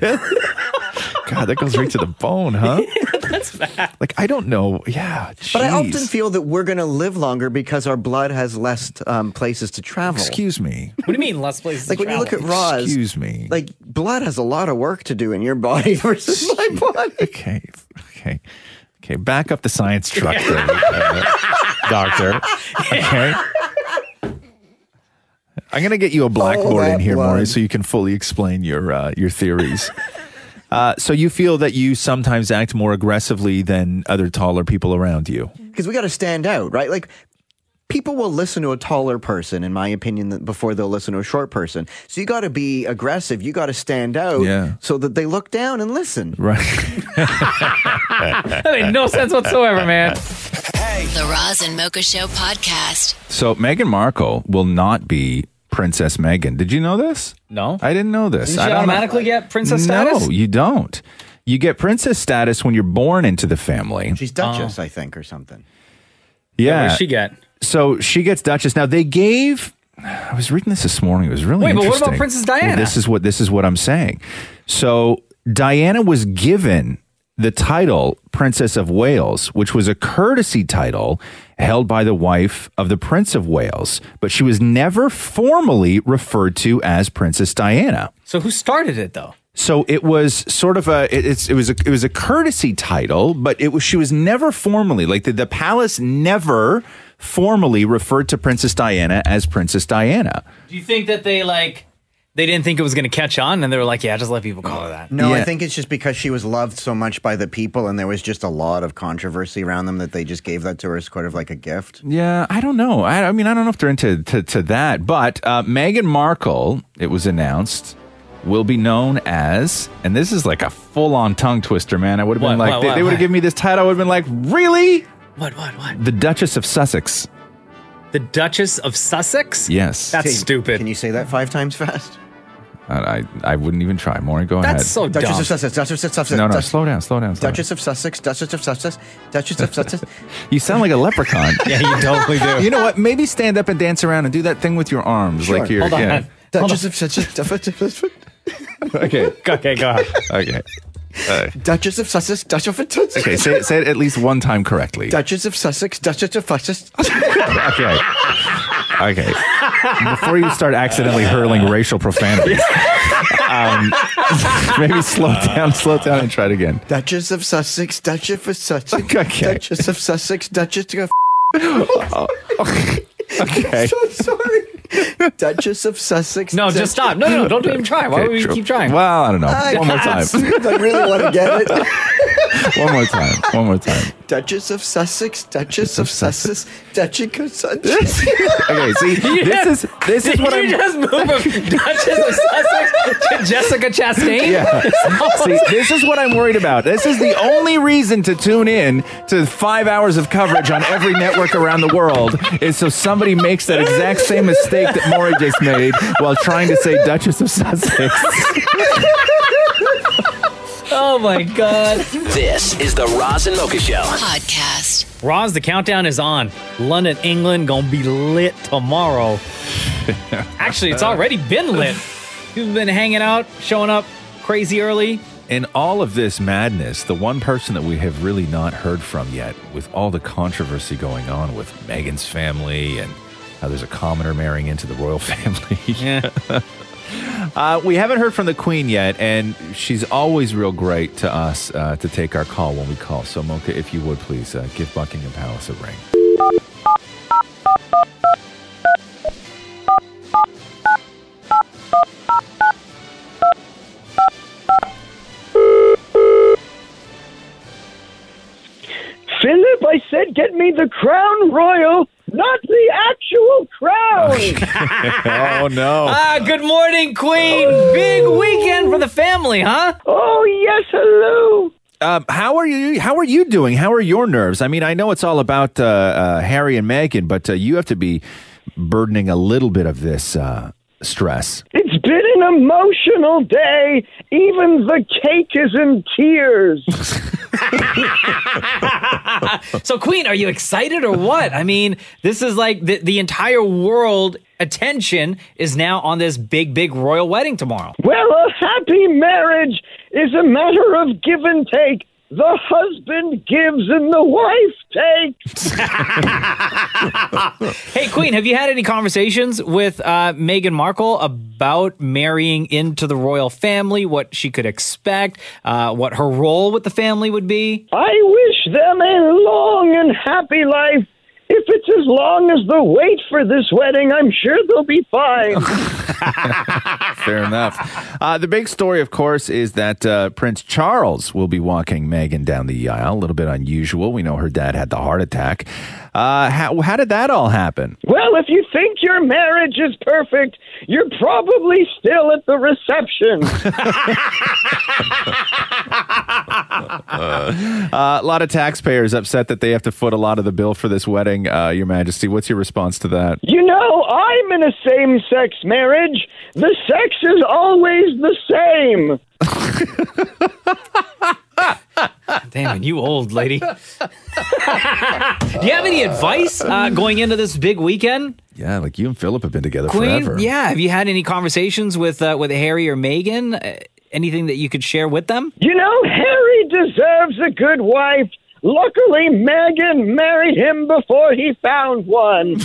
God, that goes right to the bone, huh? That's bad. (laughs) Like I don't know. Yeah, But I jeez. often feel that we're going to live longer because our blood has less um, places to travel. Excuse me. What do you mean less places? Like to when you look at travel? Roz, Excuse me. Like blood has a lot of work to do in your body (laughs) versus my body. Okay, okay, okay. Back up the science (laughs) truck, there, uh, doctor. Okay. I'm gonna get you a blackboard in that here, blood. Maury, so you can fully explain your uh, your theories. Uh, so you feel that you sometimes act more aggressively than other taller people around you. Because we got to stand out, right? Like people will listen to a taller person, in my opinion, than- before they'll listen to a short person. So you got to be aggressive. You got to stand out Yeah. so that they look down and listen. Right. (laughs) that made no sense whatsoever, man. The Roz and Mocha Show podcast. So Meghan Markle will not be Princess Meghan. Did you know this? No. I didn't know this. Didn't I she don't know- automatically get princess No, status? you don't. You get princess status when you're born into the family. She's Duchess, I think, or something. Yeah. What does she get? So she gets Duchess. Now they gave. I was reading this this morning. It was really Wait, but what about interesting. Princess Diana? This is what this is what I'm saying. So Diana was given the title Princess of Wales, which was a courtesy title held by the wife of the Prince of Wales, but she was never formally referred to as Princess Diana. So who started it though? So it was sort of a it, it's it was a it was a courtesy title, but it was she was never formally like the, the palace never formally referred to Princess Diana as Princess Diana. Do you think that they like they didn't think it was going to catch on, and they were like, "Yeah, just let people call her that." No, I think it's just because she was loved so much by the people, and there was just a lot of controversy around them that they just gave that to her as sort of like a gift. Yeah, I don't know. I, I mean, I don't know if they're into to, to that, but uh, Meghan Markle, it was announced, will be known as, and this is like a full on tongue twister, man. I would have been What, like, what, they, what, they would what? have given me this title. I would have been like, really? What? What? What? The Duchess of Sussex. The Duchess of Sussex. Yes. that's Can- stupid. Can you say that five times fast? I, I, I wouldn't even try. Maury, go ahead. That's so Duchess dumb. of Sussex, Duchess of Sussex, No, no, Duchess- slow down, slow down. Slow Duchess of Sussex, Duchess of Sussex, Duchess of Sussex. down. (laughs) You sound like a leprechaun. (laughs) yeah, (laughs) you totally do. You know what? Maybe stand up and dance around and do that thing with your arms, like you're. yeah. Duchess of Sussex, Duchess of Okay. okay. Go ahead. Okay. Uh, Duchess of Sussex, Duchess of Sussex. okay. Say it, say it at least one time correctly. Duchess of Sussex, Duchess of Sussex. okay. Okay. Before you start accidentally hurling (laughs) racial profanities, um, (laughs) maybe slow Uh, down, slow down, and try it again. Duchess of Sussex, Duchess of Sussex, (laughs) Okay. Oh, Duchess of Sussex, Duchess of. (laughs) okay. so sorry. Duchess of Sussex. No, just stop. No, no, no, (laughs) don't even try. Why Okay, would we true. keep trying? Well, I don't know. I- one more time. (laughs) I really want to get it. (laughs) one more time. One more time. Duchess of Sussex, Duchess of Sussex, Duchess of (laughs) Sussex. (laughs) (laughs) Okay. See, this is this is Did what you I'm. just move from (laughs) (laughs) Duchess of Sussex to Jessica Chastain? (laughs) Yeah. (laughs) See, this is what I'm worried about. This is the only reason to tune in to five hours of coverage on every network around the world is so somebody makes that exact same mistake that Maury just made while trying to say Duchess of Sussex. Oh my god. This is the Roz and Mocha Show. Podcast. Roz, the countdown is on. London, England, gonna be lit tomorrow. Actually, it's already been lit. You've been hanging out, showing up crazy early. In all of this madness, the one person that we have really not heard from yet, with all the controversy going on with Meghan's family and how there's a commoner marrying into the royal (laughs) family. (laughs) uh, we haven't heard from the Queen yet, and she's always real great to us uh, to take our call when we call. So, Mocha, if you would please uh, give Buckingham Palace a ring. Philip, I said, get me the crown royal, not the actual crown. oh, no. (laughs) Ah, good morning, Queen. Big weekend for the family, huh? Oh yes, hello. Um, how are you? How are you doing? How are your nerves? I mean, I know it's all about uh, uh, Harry and Meghan, but uh, you have to be burdening a little bit of this uh, (laughs) stress. it's been an emotional day. Even the cake is in tears. (laughs) so, Queen, are you excited or what? I mean, this is like the, the entire world attention is now on this big, big royal wedding tomorrow. well, a happy marriage is a matter of give and take. The husband gives and the wife takes. hey, Queen, have you had any conversations with uh, Meghan Markle about marrying into the royal family? What she could expect? Uh, what her role with the family would be? I wish them a long and happy life. If it's as long as the wait for this wedding, I'm sure they'll be fine. Fair enough. Uh, the big story, of course, is that uh, Prince Charles will be walking Meghan down the aisle. A little bit unusual. We know her dad had the heart attack. Uh, how, how did that all happen? Well, if you think your marriage is perfect, you're probably still at the reception. Uh, a lot of taxpayers upset that they have to foot a lot of the bill for this wedding, uh, Your Majesty. What's your response to that? you know, I'm in a same sex marriage. The sex is always the same. Ah, Damn, you old lady. Do you have any advice uh, going into this big weekend? Yeah, like you and Philip have been together Queen, forever. yeah. Have you had any conversations with uh, with Harry or Megan? Uh, anything that you could share with them? You know, Harry deserves a good wife. Luckily, Megan married him before he found one.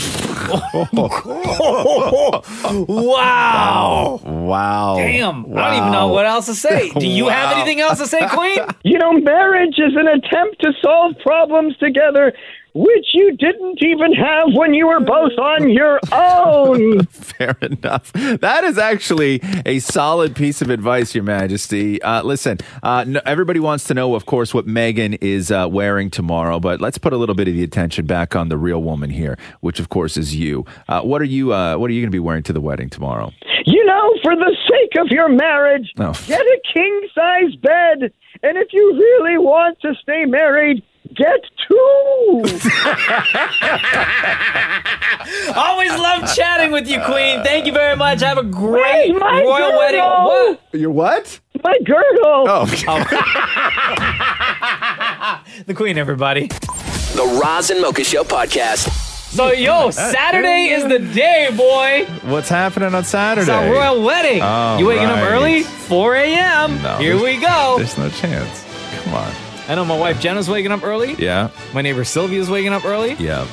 wow. Wow. Damn, I don't even know what else to say. Do you have Wow. anything else to say, Queen? (laughs) You know, marriage is an attempt to solve problems together, which you didn't even have when you were both on your own. (laughs) Fair enough. That is actually a solid piece of advice, Your Majesty. Uh, listen, uh, no, everybody wants to know, of course, what Megan is uh, wearing tomorrow, but let's put a little bit of the attention back on the real woman here, which, of course, is you. Uh, what are you? Uh, what are you going to be wearing to the wedding tomorrow? You know, for the sake of your marriage, Oh. get a king size bed. And if you really want to stay married, get two. Always love chatting with you, Queen. Thank you very much. Have a great Where's my royal girdle? wedding. What? Your what? Oh. My girdle. (laughs) the Queen, everybody. The Roz and Mocha Show podcast. So, yo, Saturday is the day, boy. What's happening on Saturday? It's our royal wedding. All you waking up right. early? 4 a.m. No, Here we go. There's no chance. Come on. I know my wife Jenna's waking up early. Yeah. My neighbor Sylvia's waking up early. Yeah.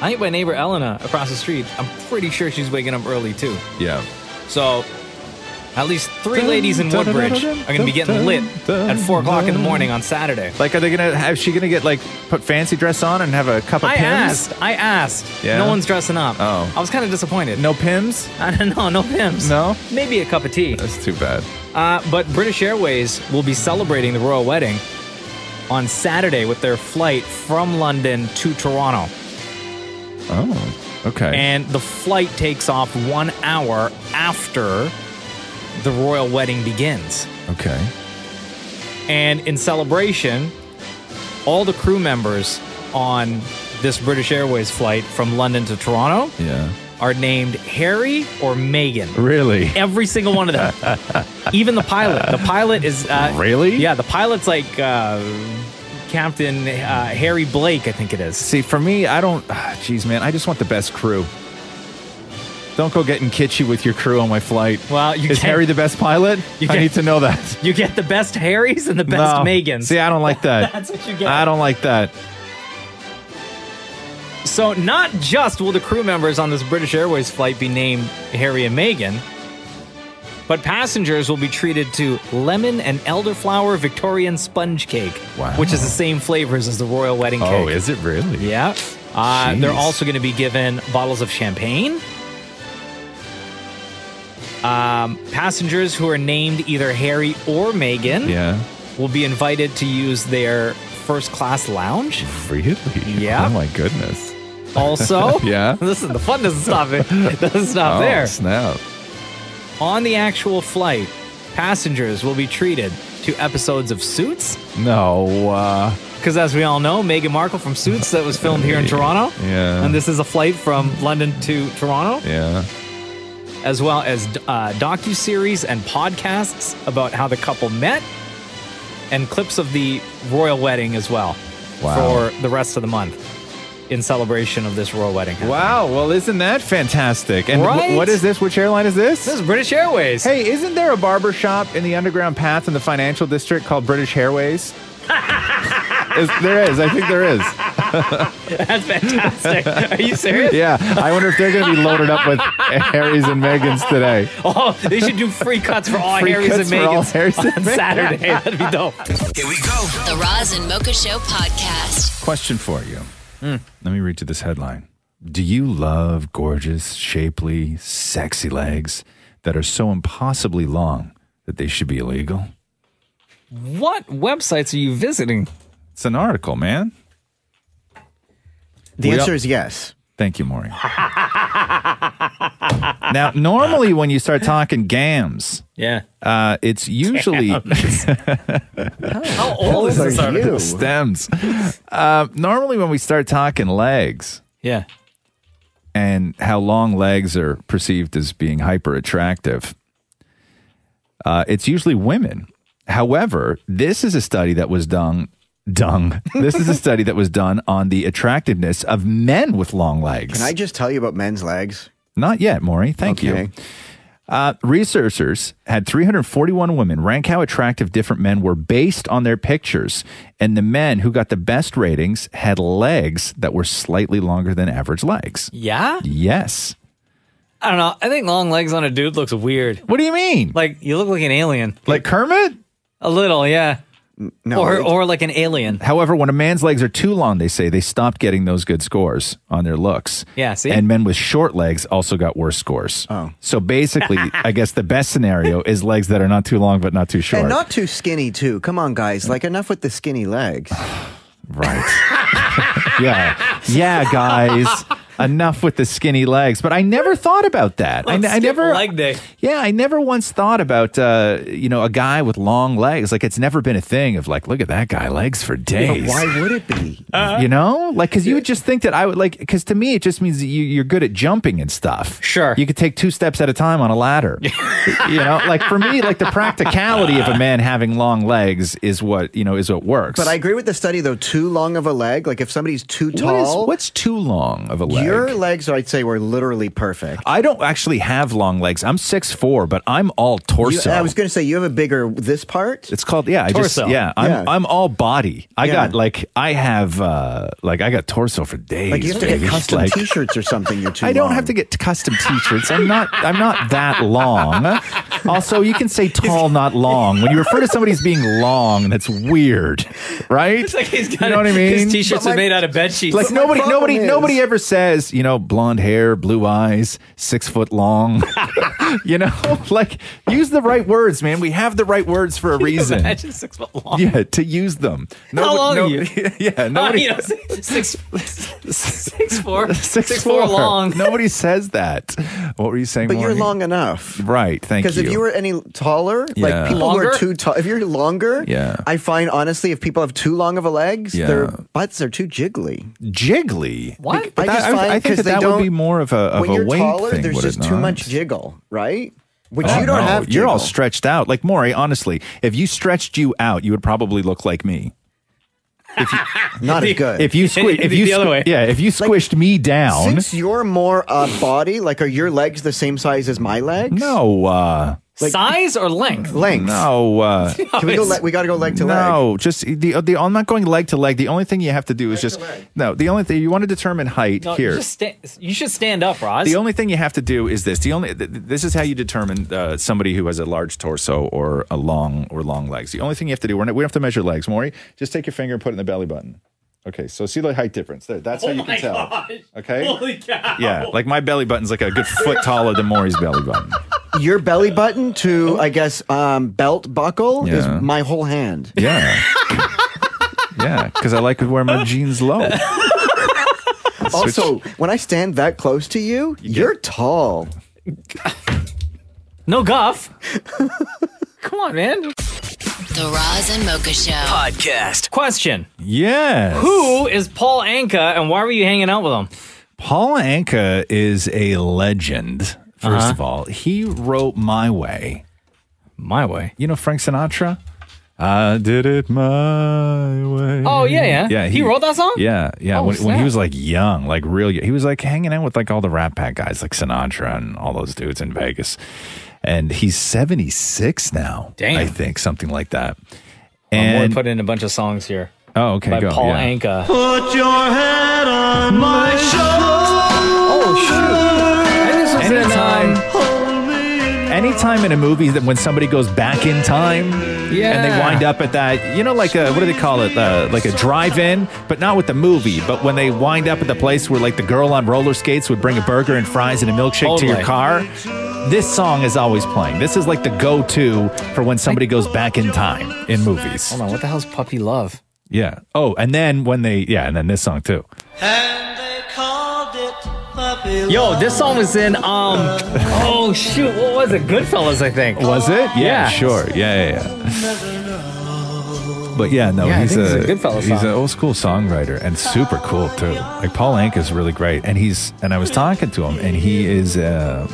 I think my neighbor Elena across the street, I'm pretty sure she's waking up early too. Yeah. So, at least three ladies in Woodbridge are going to be getting lit at 4 o'clock in the morning on Saturday. Like, are they gonna? Is she gonna get like put fancy dress on and have a cup of I pims? asked. I asked. Yeah? No one's dressing up. Oh. I was kind of disappointed. No pims? (laughs) I don't know. No pims. No? Maybe a cup of tea. That's too bad. Uh, but British Airways will be celebrating the royal wedding on Saturday with their flight from London to Toronto. Oh, okay. And the flight takes off one hour after the royal wedding begins. okay. And in celebration, all the crew members on this British Airways flight from London to Toronto Yeah. are named Harry or Megan. Really? Every single one of (laughs) them. Even the pilot. The pilot is. Uh, really? Yeah, the pilot's like uh, Captain uh, Harry Blake, I think it is. See, for me, I don't. ah, Jeez, man, I just want the best crew. Don't go getting kitschy with your crew on my flight. Well, you is can't- Harry the best pilot? You I can't- need to know that. You get the best Harrys and the best No. Megans. See, I don't like (laughs) that. That's what you get. I don't like that. So, not just will the crew members on this British Airways flight be named Harry and Meghan, but passengers will be treated to lemon and elderflower Victorian sponge cake, Wow. which is the same flavors as the royal wedding cake. Oh, is it really? Yeah. Uh, they're Jeez. also going to be given bottles of champagne. Um, passengers who are named either Harry or Meghan Yeah. will be invited to use their first class lounge. Really? Yeah. Oh my goodness. Also, (laughs) Yeah. (laughs) Listen, the fun doesn't stop it. (laughs) Doesn't stop oh, there. Snap. On the actual flight, passengers will be treated to episodes of Suits. No. Uh, Because as we all know, Meghan Markle from Suits that was filmed here in Toronto. Yeah. And this is a flight from London to Toronto, yeah. as well as uh, docu-series and podcasts about how the couple met, and clips of the royal wedding as well Wow. for the rest of the month in celebration of this royal wedding. Wow. Well, isn't that fantastic? And wh- Right? what is this? Which airline is this? This is British Airways. Hey, isn't there a barber shop in the underground path in the financial district called (laughs) British Airways? Is- there is. I think there is. That's fantastic. (laughs) Are you serious? Yeah. I wonder if they're going to be loaded (laughs) up with Harry's and Megans today. Oh, they should do free cuts for all Free Harrys and cuts for all Megans Harrys and on Megans. Saturday. (laughs) That'd be dope. The Roz and Mocha Show podcast. Hmm. Question for you. Let me read you this headline. Do you love gorgeous, shapely, sexy legs that are so impossibly long that they should be illegal? What websites are you visiting? It's an article, man. The We answer all- is yes. Thank you, Maury. now, normally when you start talking gams, Yeah. uh, it's usually (laughs) How old is this article? stems. Uh, normally when we start talking legs, Yeah. and how long legs are perceived as being hyper attractive. Uh, it's usually women. However, this is a study that was done. Dung. (laughs) This is a study that was done on the attractiveness of men with long legs. Can I just tell you about men's legs? Not yet, Maury. Thank you. Uh, researchers had 341 women rank how attractive different men were based on their pictures, and the men who got the best ratings had legs that were slightly longer than average legs. Yeah? Yes. I don't know. I think long legs on a dude looks weird. What do you mean? Like you look like an alien. Like Kermit? A little, yeah. no, or it- or like an alien. However, when a man's legs are too long, they say they stopped getting those good scores on their looks. Yeah, see? And men with short legs also got worse scores. Oh. (laughs) So basically, I guess the best scenario is legs that are not too long but not too short. And not too skinny too. Come on, guys. Like enough with the skinny legs. (laughs) (laughs) yeah. Yeah, guys. Enough with the skinny legs. But I never thought about that. I, Let's I skip never leg day. Yeah, I never once thought about uh, you know, a guy with long legs. Like it's never been a thing of like, look at that guy, legs for days. Why would it be? Uh, you know like because you would just think that i would like because to me it just means that you, you're good at jumping and stuff sure you could take two steps at a time on a (laughs) ladder you know like for me like the practicality of a man having long legs is what you know is what works But I agree with the study though. Too long of a leg. Like if somebody's too What is- tall, what's too long of a leg your legs? I'd say were literally perfect. i don't actually have long legs i'm six four but i'm all torso You, I was going to say you have a bigger this part. it's called yeah. I just Torso. yeah. I'm Yeah. I'm all body. I Yeah. got like I have uh like I got torso for days. Like you have to get baby. custom (laughs) Like- T-shirts or something. You're too. I don't long. have to get custom t-shirts. I'm not I'm not that long. Also, you can say tall, not long. When you refer to somebody as being long, that's weird. Right? (laughs) It's like he's got you know what I mean? His t-shirts are made out of bed sheets. like nobody nobody (laughs) nobody ever says, you know, blonde hair, blue eyes, six foot long. (laughs) you know? (laughs) Like use the right words, man. We have the right words for a reason. Imagine six foot long. Yeah, to use them. How long are you? (laughs) yeah, Oh, nobody you know, six, six, six four. (laughs) Six, six four long. Nobody says that. What were you saying? But you're Maureen? long enough. Right. Thank you. Because if you were any taller, Yeah. like people who Longer? are too tall, if you're longer, Yeah. I find honestly, if people have too long of a legs, Yeah. their butts are too jiggly. jiggly. What? But I that- just I, find I think 'cause that they that would be don't- more of a of when a you're weight taller, thing. there's would it just too not? much jiggle, right? Which Oh, you don't no. have. You're all jiggle. stretched out. Like Maury, honestly, if you stretched you out, you would probably look like me. If (laughs) you, Not as good. If (laughs) you squish, if you The other squi- way. yeah, if you squished me down, Since you're more uh, body, like are your legs the same size as my legs? no, uh, Size or (laughs) length? Length. no, uh, (laughs) Can we go? Le- we got to go leg to leg. No, just the, the I'm not going leg to leg. The only thing you have to do is just no. The only thing you want to determine height No, here. You, just sta- you should stand up, Roz. The only thing you have to do is this. The only th- th- this is how you determine uh, somebody who has a large torso or a long or long legs. The only thing you have to do. We're not, we don't have to measure legs, Maury. Just take your finger and put it in the belly button. Okay, so see the height difference. There, that's Oh how you my can tell. (laughs) gosh. Okay. Holy cow. Yeah, like my belly button's like a good foot taller than Maury's belly button. Your belly button to, I guess, um, belt buckle Yeah. is my whole hand. Yeah. Yeah, because I like to wear (laughs) my jeans low. Also, when I stand that close to you, you are tall. no guff. Come on, man. The Roz and Mocha Show podcast. Question. Yes. Who is Paul Anka and why were you hanging out with him? Paul Anka is a legend. 1st Uh-huh. of all, he wrote "My Way." My way. You know Frank Sinatra. I did it my way. Oh, yeah, yeah. yeah. He wrote that song? Yeah, yeah. Oh, when, when he snap. was like young, like real, young, he was like hanging out with like all the Rat Pack guys, like Sinatra and all those dudes in Vegas. And he's seventy six now. Damn. I think something like that. I'm going And to put in a bunch of songs here. oh, okay, by go. Paul yeah. Anka. Put your head on my shoulder. Oh, shoot. um, Anytime, Anytime in a movie that when somebody goes back in time, and they Yeah. wind up at that, you know, like a what do they call it? Uh, like a drive-in, but not with the movie. But when they wind up at the place where like the girl on roller skates would bring a burger and fries and a milkshake to your Totally. car, this song is always playing. This is like the go-to for when somebody goes back in time in movies. Hold on, what the hell's Puppy Love? Yeah. Oh, and then when they, yeah, and then this song too. Yo, this song was in um (laughs) oh shoot, what was it? Goodfellas, I think. Was it? Yeah, sure. Yeah, yeah, yeah. But yeah, no, Yeah, I he's, think a, it's a good fellow He's song. an old school songwriter and super cool too. Like Paul Anka is really great, and he's and I was talking to him, and he is uh,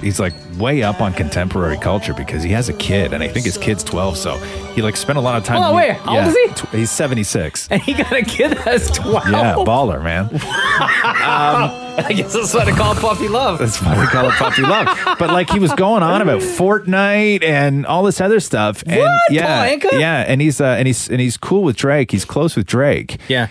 he's like way up on contemporary culture because he has a kid, and I think his kid's twelve, so he like spent a lot of time. Oh, wait, how old is he? Tw- he's seventy six. And he got a kid that's twelve. Yeah, um, baller man. (laughs) I guess that's what I call Puppy Love. That's why we call it Puppy Love. But like he was going on about Fortnite and all this other stuff. And What? Paul yeah, Anka? yeah, and he's uh, and he's and he's cool with Drake. He's close with Drake. Yeah.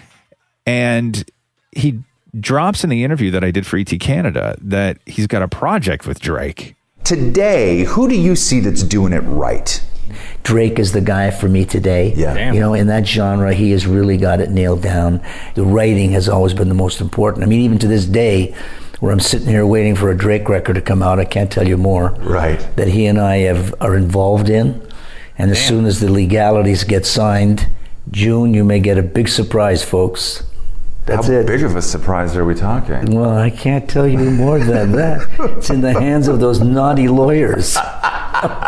And he drops in the interview that I did for ET Canada that he's got a project with Drake. Today, who do you see that's doing it right? Drake is the guy for me today. Yeah. You know, in that genre, he has really got it nailed down. The writing has always been the most important. I mean, even to this day, where I'm sitting here waiting for a Drake record to come out, I can't tell you more. Right. That he and I have, are involved in. And as soon as the legalities get signed, June, you may get a big surprise, folks. That's How it. big of a surprise are we talking? Well, I can't tell you more than that. It's in the hands of those naughty lawyers. (laughs)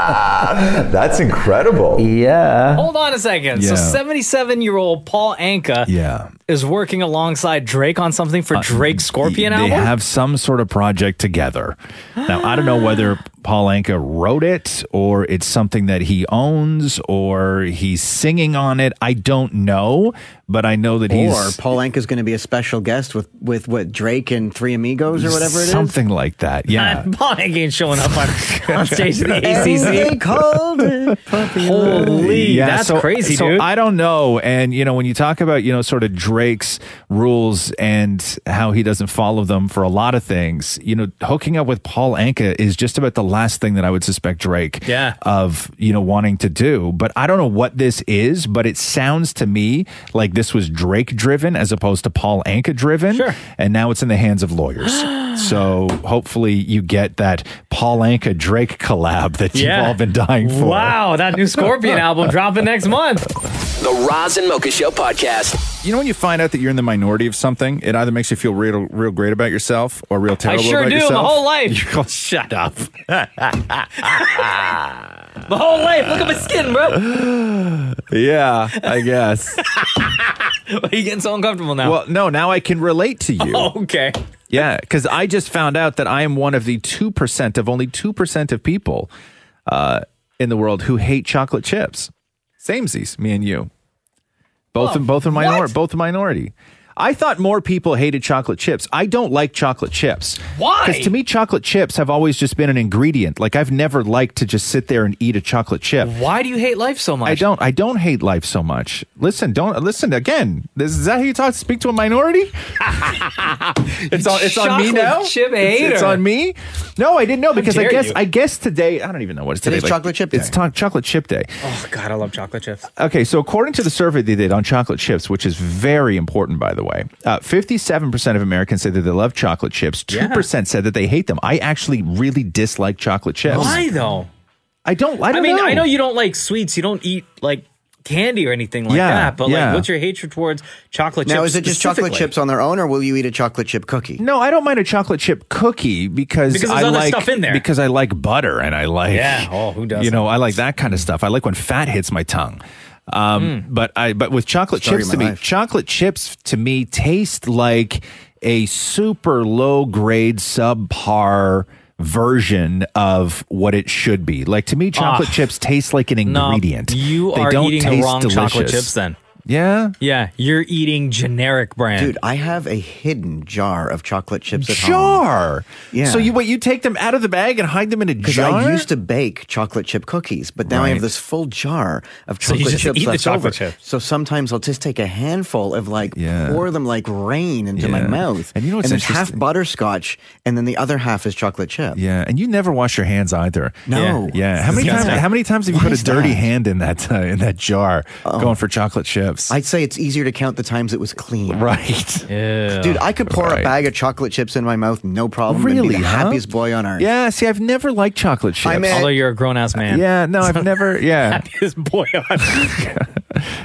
That's incredible. Yeah. Hold on a second. So Yeah. 77 year old Paul Anka yeah. Uh, is working alongside Drake on something for Drake Scorpion they album? have some sort of project together. Now, I don't know whether Paul Anka wrote it or it's something that he owns or he's singing on it. I don't know, but I know that Or he's Paul Anka's going to be a special guest with, with what Drake and Three Amigos or whatever it is. something like that. Yeah. Paul Anka ain't showing up (laughs) on, on stage at the And they ACC. called it Holy, that's so- uh, crazy, so dude. (laughs) I don't know. And, you know, when you talk about, you know, sort of Drake's rules and how he doesn't follow them for a lot of things, you know, hooking up with Paul Anka is just about the last thing that I would suspect Drake Yeah. of, you know, wanting to do. But I don't know what this is, but it sounds to me like this was Drake driven as opposed to Paul Anka driven. And now it's in the hands (gasps) of lawyers. so hopefully you get that Paul Anka Drake collab that you've Yeah. all been dying for. Wow, that new (laughs) Scorpion album dropping next month. The Roz and Mocha Show podcast. You know when you find out that you're in the minority of something, it either makes you feel real, real great about yourself or real terrible sure about do, my yourself. whole life. You go, (laughs) shut up. The whole life. Look at my skin, bro. (laughs) yeah, (laughs) I guess. Are you getting so uncomfortable now? Well, no, now I can relate to (laughs) you. okay. Yeah, because I just found out that I am one of the two percent of only two percent of people uh, in the world who hate chocolate chips. Samesies, me and you, both Oh, in both in minor both in minority. I thought more people hated chocolate chips. I don't like chocolate chips. Why? Because to me, chocolate chips have always just been an ingredient. Like I've never liked to just sit there and eat a chocolate chip. Why do you hate life so much? I don't. I don't hate life so much. Listen, don't listen again. This, is that how you talk? Speak to a minority? (laughs) it's on. It's on me Chocolate now. chip It's- It's, hater. on me. No, I didn't know because I dare guess you. I guess today I don't even know what it's today. Today's chocolate chip It's to- chocolate chip day. Oh, God, I love chocolate chips. Okay, so according to the survey they did on chocolate chips, which is very important, by the way, uh, 57% of Americans say that they love chocolate chips. 2% said that they hate them. I actually really dislike chocolate chips. Why though? I don't. I don't mean, know. I know you don't like sweets. You don't eat like candy or anything like Yeah, that. But yeah. like, what's your hatred towards chocolate chips? Now, is it just chocolate specifically? chips on their own, or will you eat a chocolate chip cookie? No, I don't mind a chocolate chip cookie because, Because there's I other like stuff in there. because I like butter and I like Yeah. Oh, who doesn't? You know, I like that kind of stuff. I like when fat hits my tongue. Um, Hmm. but I but with chocolate Story chips of to my me, life. chocolate chips to me taste like a super low grade subpar version of what it should be. Like to me, chocolate Ah. chips taste like an No, ingredient. You They are don't eating the taste wrong chocolate delicious. chips. Then Yeah. Yeah. You're eating generic brand. Dude, I have a hidden jar of chocolate chips at home. Jar. Yeah. So you wait, you take them out of the bag and hide them in a Because jar. I used to bake chocolate chip cookies, but now I Right. have this full jar of So you chocolate just chips eat the left chocolate over. chips. So sometimes I'll just take a handful of like pour them like rain into my Yeah. mouth. And you know and what's there's half interesting? butterscotch, and then the other half is chocolate chip. yeah, and you never wash your hands either. No. Yeah. How It's many times? disgusting. How many times have you Why put a is dirty that? hand in that uh, in that jar going for chocolate chips? I'd say it's easier to count the times it was clean. Right. Dude, I could pour a bag of chocolate chips in my mouth, no problem. and Really, be the huh? happiest boy on earth. Yeah. See, I've never liked chocolate chips. I mean- Although you're a grown ass man. Yeah, no, I've never. (laughs) Yeah, Happiest boy on.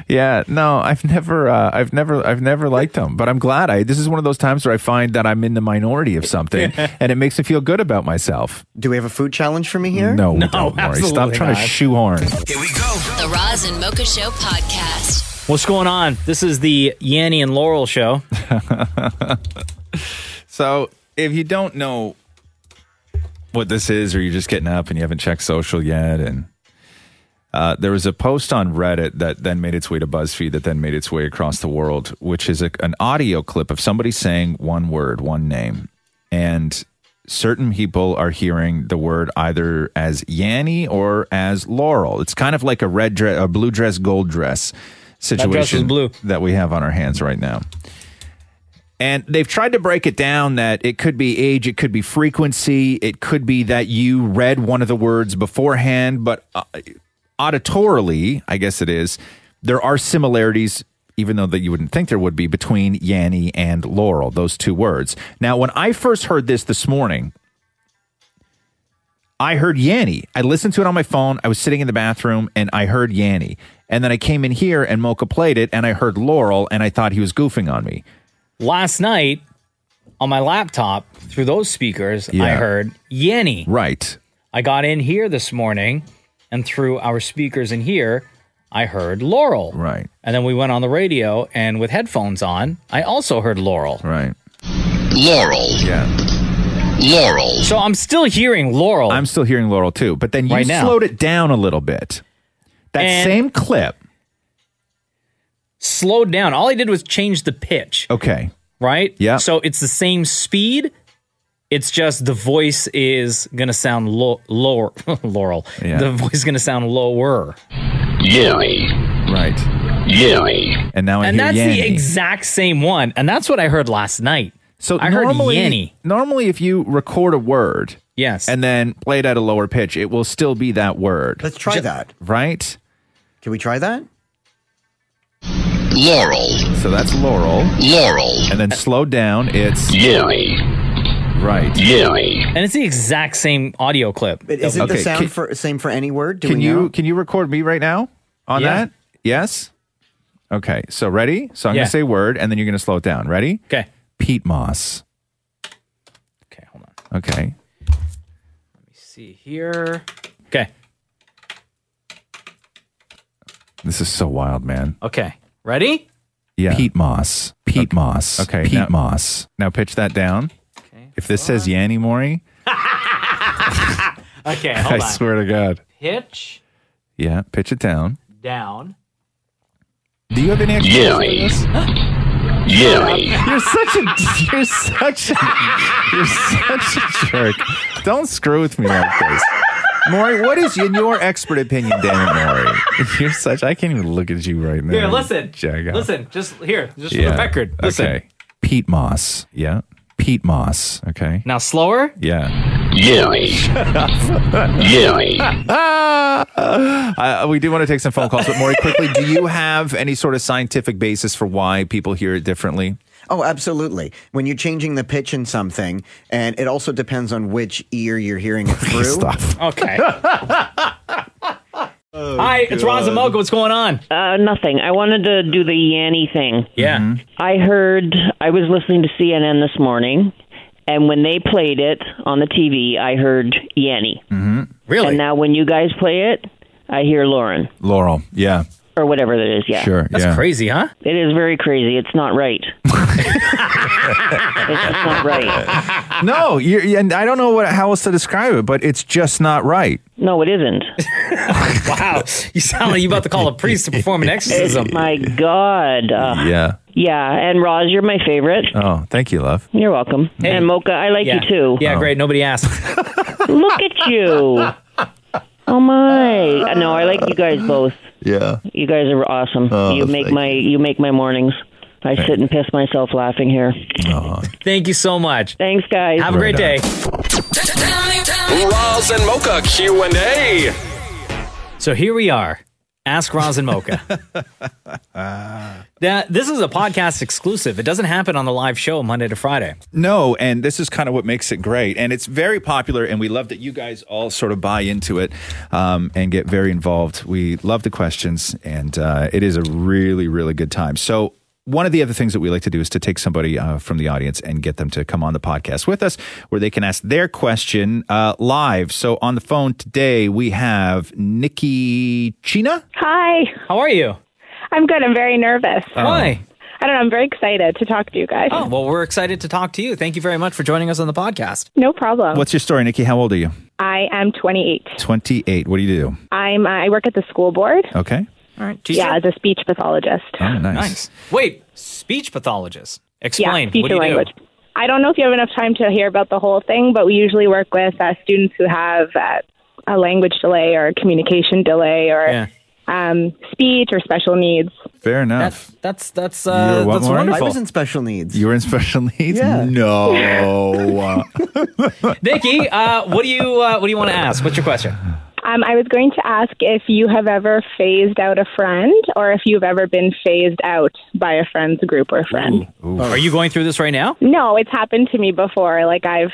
yeah, no, I've never, uh, I've never, I've never liked them. But I'm glad I. This is one of those times where I find that I'm in the minority of (laughs) something, and it makes me feel good about myself. Do we have a food challenge for me here? No, we No, don't, Maury. Stop absolutely trying to not. shoehorn. The Roz and Mocha Show podcast. What's going on? This is the Yanny and Laurel show. (laughs) So if you don't know what this is, or you're just getting up and you haven't checked social yet, and uh, there was a post on Reddit that then made its way to BuzzFeed, that then made its way across the world, which is a, an audio clip of somebody saying one word, one name, and certain people are hearing the word either as Yanny or as Laurel. It's kind of like a red dress, a blue dress, gold dress dress situation was blue. that we have on our hands right now. And they've tried to break it down that it could be age, it could be frequency, it could be that you read one of the words beforehand, but uh, auditorily, I guess it is, there are similarities, even though that you wouldn't think there would be, between Yanny and Laurel, those two words. Now, when I first heard this this morning, I heard Yanny. I listened to it on my phone. I was sitting in the bathroom and I heard Yanny. And then I came in here and Mocha played it and I heard Laurel and I thought he was goofing on me. Last night on my laptop through those speakers, I Yeah. heard Yanny. Right. I got in here this morning and through our speakers in here, I heard Laurel. Right. And then we went on the radio and with headphones on, I also heard Laurel. Right. Laurel. Yeah. Laurel. So I'm still hearing Laurel. I'm still hearing Laurel too, but then you Right now. slowed it down a little bit. That And- same clip. slowed down. All I did was change the pitch. Okay. right? Yeah. So it's the same speed. It's just the voice is gonna sound low, lower, (laughs) Laurel. The voice is gonna sound lower. Yanny. Right. Yanny. And now I and hear that's the Yanny. exact same one. And that's what I heard last night. So I heard normally, Yanny. Normally, if you record a word, yes, and then play it at a lower pitch, it will still be that word. Let's try that. Right? Can we try that? Laurel. So that's Laurel. Laurel. And then slow down. It's Yanny. Right. And it's the exact same audio clip. But isn't the sound for same for any word? Do Can we you know? can you record me right now on Yeah. that? Yes. Okay. So ready? So I'm Yeah. gonna say word, and then you're gonna slow it down. Ready? Okay. Pete Moss. Okay. Hold on. Okay. see here? Okay. This is so wild, man. Okay. Ready? Yeah. Pete Moss. Pete Moss. Okay. Pete Moss. Now pitch that down. If this says Yanny Mori, Okay. Hold (laughs) I on. swear to God. Pitch Yeah, pitch it down. down. Do you have any extra? Yanny. You're such a you're such a you're such a jerk. Don't screw with me like this. Maury, what is in your expert opinion, damn it, Maury? (laughs) You're such I can't even look at you right now. Here, listen. Jack off. Listen. Just here. Just for Yeah. the record. Listen. Okay. Pete Moss. Yeah. Pete Moss. Okay. Now slower. Yeah. Yanny. Shut up. (laughs) Yanny. uh, we do want to take some phone calls, but Maury, quickly, do you have any sort of scientific basis for why people hear it differently? Oh, absolutely. When you're changing the pitch in something, and it also depends on which ear you're (laughs) hearing it through. Stop. (laughs) Okay. Hi, it's Ron Oh, Zamoka. What's going on? Uh, nothing. I wanted to do the Yanny thing. Yeah. I heard, I was listening to CNN this morning, and when they played it on the TV, I heard Yanny. Mm-hmm. Really? And now when you guys play it, I hear Lauren. (laughs) Laurel. Yeah. or whatever that is. Yeah, Sure, That's yeah. crazy, huh? It is very crazy. It's not right. it's just not right. no, you're, and I don't know what how else to describe it, but it's just not right. No, it isn't. (laughs) wow, you sound like you about to call a priest to perform (laughs) an exorcism. My God. Uh, Yeah. yeah, and Roz, you're my favorite. Oh, thank you, love. Oh. You're welcome. And Mocha, I like yeah. you too. Yeah, great. Nobody asked. Look at you. Oh my! No, I like you guys both. Yeah. You guys are awesome. Oh, you make thank my you. make my mornings. I sit and piss myself laughing here. Thank you so much. Thanks, guys. Have a great day. Roz and Mocha Q&A. So here we are. Ask Roz and Mocha. Now, this is a podcast exclusive. It doesn't happen on the live show Monday to Friday. No, and this is kind of what makes it great. And it's very popular, and we love that you guys all sort of buy into it um, and get very involved. We love the questions, and uh, it is a really, really good time. So, one of the other things that we like to do is to take somebody uh, from the audience and get them to come on the podcast with us where they can ask their question uh, live. So, on the phone today, we have Nikki Chena. Hi. How are you? I'm good. I'm very nervous. Oh. Why? I don't know. I'm very excited to talk to you guys. Oh, well, we're excited to talk to you. Thank you very much for joining us on the podcast. No problem. What's your story, Nikki? How old are you? I am 28. 28. What do you do? I'm uh, I work at the school board. Okay. All right. Yeah, as a speech pathologist. Oh, nice. Wait, speech pathologist. Explain. Yeah, speech what do you and language. do? I don't know if you have enough time to hear about the whole thing, but we usually work with uh, students who have uh, a language delay or a communication delay or um, speech or special needs. Fair enough. That's that's uh, You're what, that's Maureen? wonderful. I was in special needs. You were in special (laughs) needs? Yeah. No. Nikki, uh, what do you uh, what do you want to ask? What's your question? Um, I was going to ask if you have ever phased out a friend or if you've ever been phased out by a friend's group or friend. Are you going through this right now? No, it's happened to me before. Like I've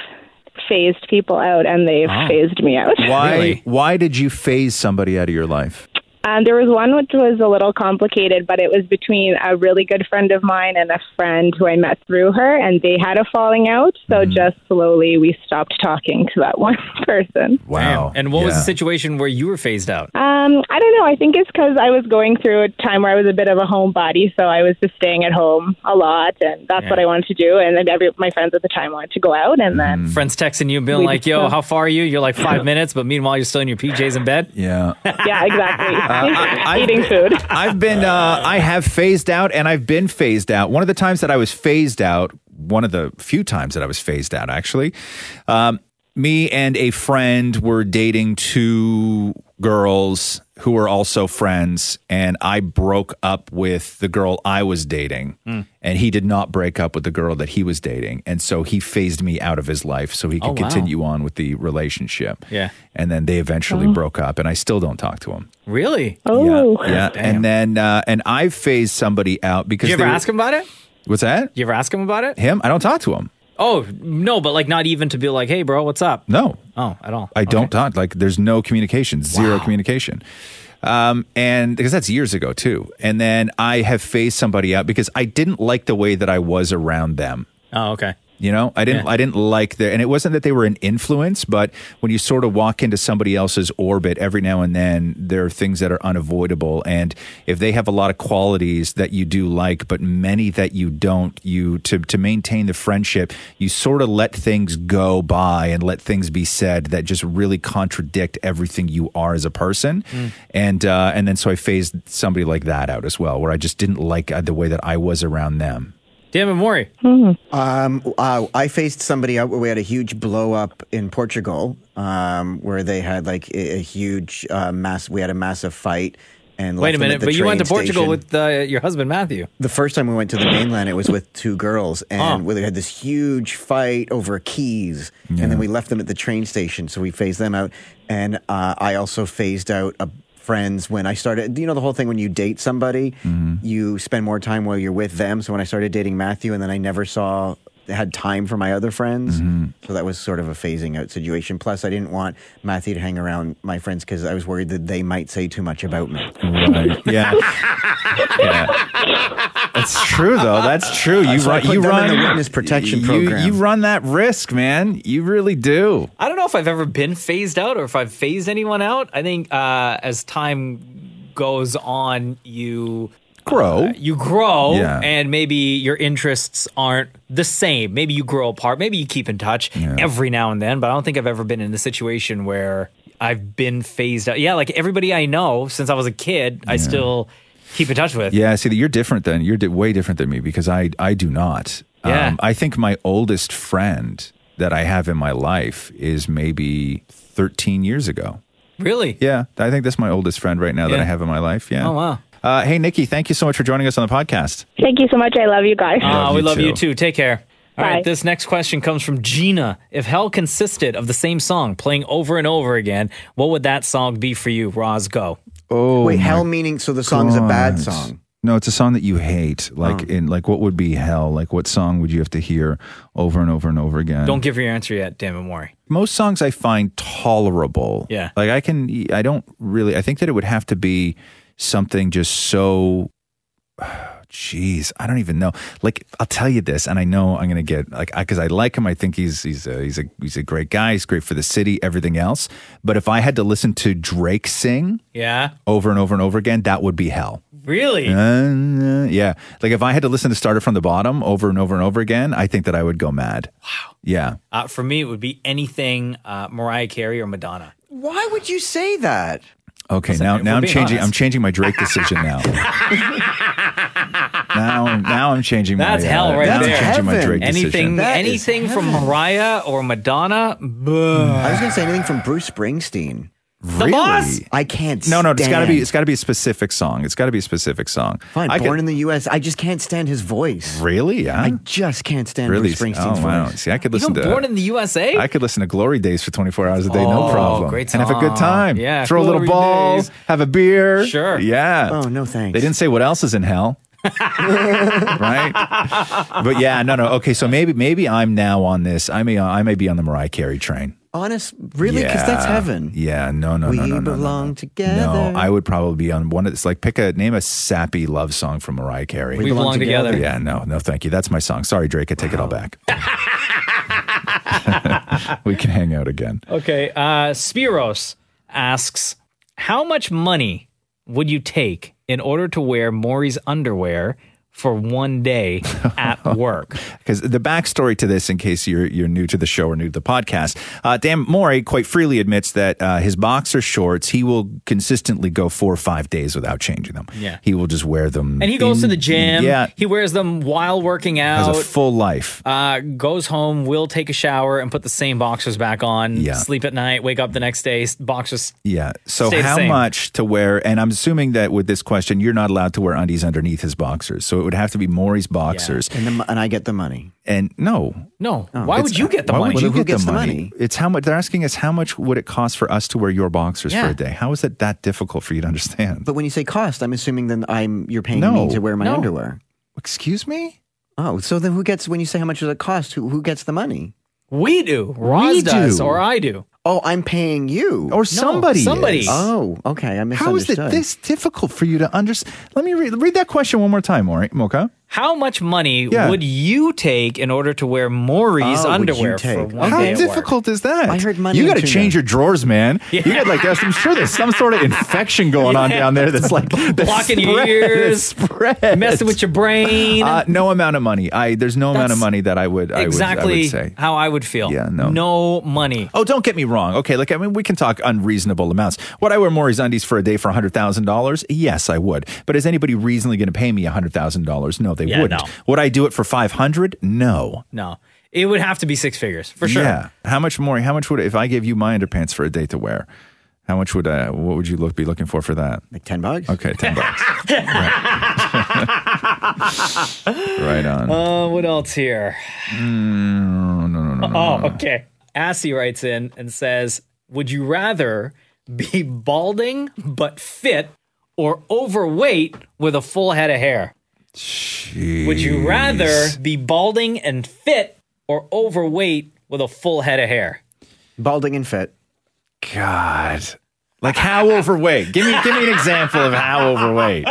phased people out and they've phased me out. Ah. Why? Why did you phase somebody out of your life? Um, there was one which was a little complicated, but it was between a really good friend of mine and a friend who I met through her, and they had a falling out. So Mm. just slowly we stopped talking to that (laughs) one person. Wow. And what was the Yeah. situation where you were phased out? Um, I don't know. I think it's because I was going through a time where I was a bit of a homebody, so I was just staying at home a lot, and that's Yeah. what I wanted to do. And then every my friends at the time wanted to go out, and then Friends texting you, being We like, just, "Yo, uh, how far are you?" You're like five minutes, but meanwhile you're still in your PJs in bed. (laughs) Yeah. Uh, yeah, exactly, I- eating food. (laughs) I've been, uh, I have phased out, and I've been phased out. One of the times that I was phased out, one of the few times that I was phased out, actually, um, me and a friend were dating two girls who were also friends, and I broke up with the girl I was dating, and he did not break up with the girl that he was dating, and so he phased me out of his life so he could Oh, wow. continue on with the relationship. Yeah. And then they eventually Oh. broke up, and I still don't talk to him. Really? Oh, yeah. Damn. And then, uh, and I phased somebody out because Did you ever they were- ask him about it? What's that? You ever ask him about it? Him? I don't talk to him. Oh no, but like not even to be like, "Hey, bro, what's up?" No, Oh, at all. I don't talk. Like, there's no communication, zero communication. Um, and because that's years ago too. And then I have phased somebody out because I didn't like the way that I was around them. Oh, okay. You know, I didn't. I didn't like their, and it wasn't that they were an influence, but when you sort of walk into somebody else's orbit, every now and then there are things that are unavoidable, and if they have a lot of qualities that you do like, but many that you don't, you to to maintain the friendship, you sort of let things go by and let things be said that just really contradict everything you are as a person, and uh, and then so I phased somebody like that out as well, where I just didn't like uh, the way that I was around them. Damn it, Maury. Um, uh, I faced somebody out where we had a huge blow up in Portugal, um, where they had like a, a huge uh, mass. We had a massive fight. And Wait left a them at minute, the but you went to train Portugal station. with uh, your husband Matthew. The first time we went to the mainland, it was with two girls, and Oh. we had this huge fight over keys. And then we left them at the train station, so we phased them out. And uh, I also phased out uh friends when I started. You know the whole thing when you date somebody, Mm-hmm. you spend more time while you're with them. So when I started dating Matthew, and then I never saw had time for my other friends. Mm-hmm. So that was sort of a phasing out situation. Plus, I didn't want Matthew to hang around my friends because I was worried that they might say too much about me. Right. Yeah. That's true, though. That's true. You So I run. put You them run in the witness protection you- program. You run that risk, man. You really do. I don't know if I've ever been phased out or if I've phased anyone out. I think uh, as time goes on, you uh, grow. you grow, Yeah. and maybe your interests aren't the same. Maybe you grow apart. Maybe you keep in touch every now and then. But I don't think I've ever been in the situation where I've been phased out. Yeah, like everybody I know since I was a kid, I still keep in touch with. Yeah, see, you're different than you're di- way different than me because I I do not. Um, Yeah. I think my oldest friend that I have in my life is maybe 13 years ago. Really? Yeah, I think that's my oldest friend right now that Yeah. I have in my life. Yeah. Oh, wow. Uh, hey, Nikki, thank you so much for joining us on the podcast. Thank you so much. I love you guys. Mm. Ah, we love you too. Take care. All right. Bye. this next question comes from Gina. If hell consisted of the same song playing over and over again, what would that song be for you, Roz? Go. Oh, Wait, my hell meaning so the song's a bad God. song. Oh. No, it's a song that you hate. Like in like what would be hell? Like what song would you have to hear over and over and over again? Don't give your answer yet, damn it, Maury. most songs I find tolerable. Yeah. Like I can, I don't really, I think that it would have to be something just so, (sighs) jeez, I don't even know. Like I'll tell you this, and I know I'm going to get like, I, cause I like him. I think he's, he's a, he's a, he's a great guy. He's great for the city, everything else. But if I had to listen to Drake sing Yeah. over and over and over again, that would be hell. Really? Uh, yeah. Like if I had to listen to Started from the Bottom over and over and over again, I think that I would go mad. Wow. Yeah. Uh, for me, it would be anything uh, Mariah Carey or Madonna. Why would you say that? Okay, Listen, now if now we're I'm being changing. honest. I'm changing my Drake (laughs) decision now. now now I'm changing. That's my, uh, hell right now there. I'm changing my Drake anything, decision. anything from Mariah or Madonna. I was going to say anything from Bruce Springsteen. The Boss? I can't. No, no, it's got to be. stand- It's got to be a specific song. It's got to be a specific song. Fine, I born could- in the U.S. I just can't stand his voice. really, yeah, I just can't stand really. Bruce Springsteen's Oh wow! voice. See, I could listen to. born in the USA. I could listen to Glory Days for 24 hours a day, no Oh, problem. great And have a good song. time. Yeah, Throw a Glory little ball, Days. have a beer. Sure. Yeah. Oh, no thanks. They didn't say what else is (laughs) in hell. right? But yeah, no, no. Okay, so maybe maybe I'm now on this. I may I may be on the Mariah Carey train. Honest, really, because Yeah. that's heaven. Yeah, no, no, we no, no, no, no. belong together. No, I would probably be on one of this. Like, pick a name a sappy love song from Mariah Carey. We We Belong Belong Together. Together. Yeah, no, no, thank you. That's my song. Sorry, Drake. I take it (laughs) all back. we can hang out again. Okay. Uh, Spiros asks, how much money would you take in order to wear Maury's underwear for one (laughs) day at work? Because the backstory to this, in case you're you're new to the show or new to the podcast, uh, Dan Morey quite freely admits that uh, his boxer shorts he will consistently go four or five days without changing them. Yeah. he will just wear them, And he goes to in- the gym. Yeah, He wears them while working has out. a full life. uh, goes home, will take a shower and put the same boxers back on. Yeah. Sleep at night, wake up the next day, s- boxers. Yeah. So Stay the how same. much to wear? And I'm assuming that with this question, you're not allowed to wear undies underneath his boxers. So it would have to be Maury's boxers. And, the, and I get the money. Oh. And no. No. why Oh. It's- would you get the why money? Would you get the money? It's how much they're asking us how much would it cost for us to wear your boxers Yeah. for a day? How is it that difficult for you to understand? But when you say cost, I'm assuming then I'm you're paying No. me to wear my No. underwear. Excuse me. Oh, so then who gets when you say how much does it cost? Who who gets the money? We do. Roz We does, do. or I do. Oh, I'm paying you Or somebody somebody. is. Oh, okay. I How is misunderstood. it this difficult for you to understand? Let me read, read that question one more time, Maury Mocha. How much money Yeah. would you take in order to wear Maury's Oh, would you underwear for take? one How day at work? difficult is that? I heard money You got to too, change though. your (laughs) drawers, man. Yeah. You got like there's- I'm sure there's (laughs) some sort of infection going on Yeah. down there (laughs) that's like that's Blocking your spread- ears, spread, messing with your brain. Uh, no amount of money. I there's no amount of That's money that (laughs) I would I would- I exactly would say. how I would feel. Yeah, no, no money. Oh, don't get me wrong. Okay, look, I mean, we can talk unreasonable amounts. Would I wear Maury's undies for a day for $100,000? Yes, I would. But is anybody reasonably going to pay me $100,000? No, they Yeah, wouldn't. no. Would I do it for 500? No. No, it would have to be six figures for sure. Yeah. How much more? How much would if I gave you my underpants for a day to wear? How much would uh, what would you look be looking for for that? Like ten bucks. Okay, (laughs) ten bucks. right. (laughs) Right on. Uh, what else here? Mm, no, no, no, no. Oh, okay. Assy writes in and says, "Would you rather be balding but fit, or overweight with a full head of hair? Would you rather be balding and fit, or overweight with a full head of hair?" Balding and fit. God. Like how overweight? Give me give me an example of how overweight.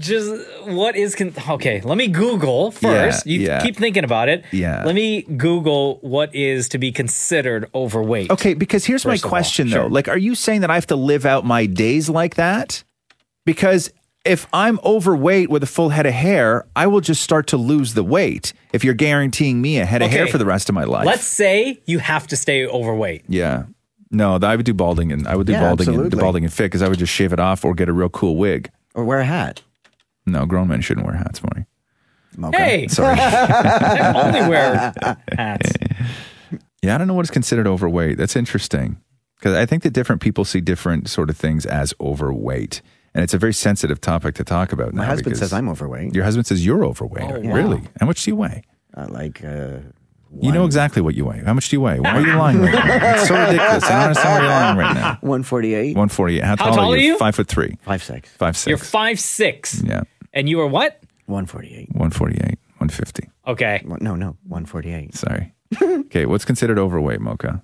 Just what is con- okay? Let me Google first. you yeah. keep thinking about it. Yeah. Let me Google what is to be considered overweight. Okay, because here's First my of all, question though. sure. Like, are you saying that I have to live out my days like that? because if I'm overweight with a full head of hair, I will just start to lose the weight if you're guaranteeing me a head of hair Okay. for the rest of my life. Let's say you have to stay overweight. yeah. No, th- I would do balding and I would do Yeah, balding and the absolutely. balding and fit because I would just shave it off or get a real cool wig. Or wear a hat. No, grown men shouldn't wear hats, Maury. Hey, Sorry. I (laughs) only wear hats. Yeah, I don't know what is considered overweight. That's interesting because I think that different people see different sort of things as overweight, and it's a very sensitive topic to talk about. My now husband because- says I'm overweight. Your husband says you're overweight. Oh, wow. Really? How much do you weigh? Uh, like, uh, You know exactly what you weigh. How much do you weigh? Why are you lying right now? It's so ridiculous. I don't understand why you're lying right now. 148. 148. How How tall, tall are you? Five foot three. Five six. Five six. You're five six, yeah. and you are what? 148. 148. 150. Okay. No, no, 148. (laughs) Sorry. okay. What's considered overweight, Mocha?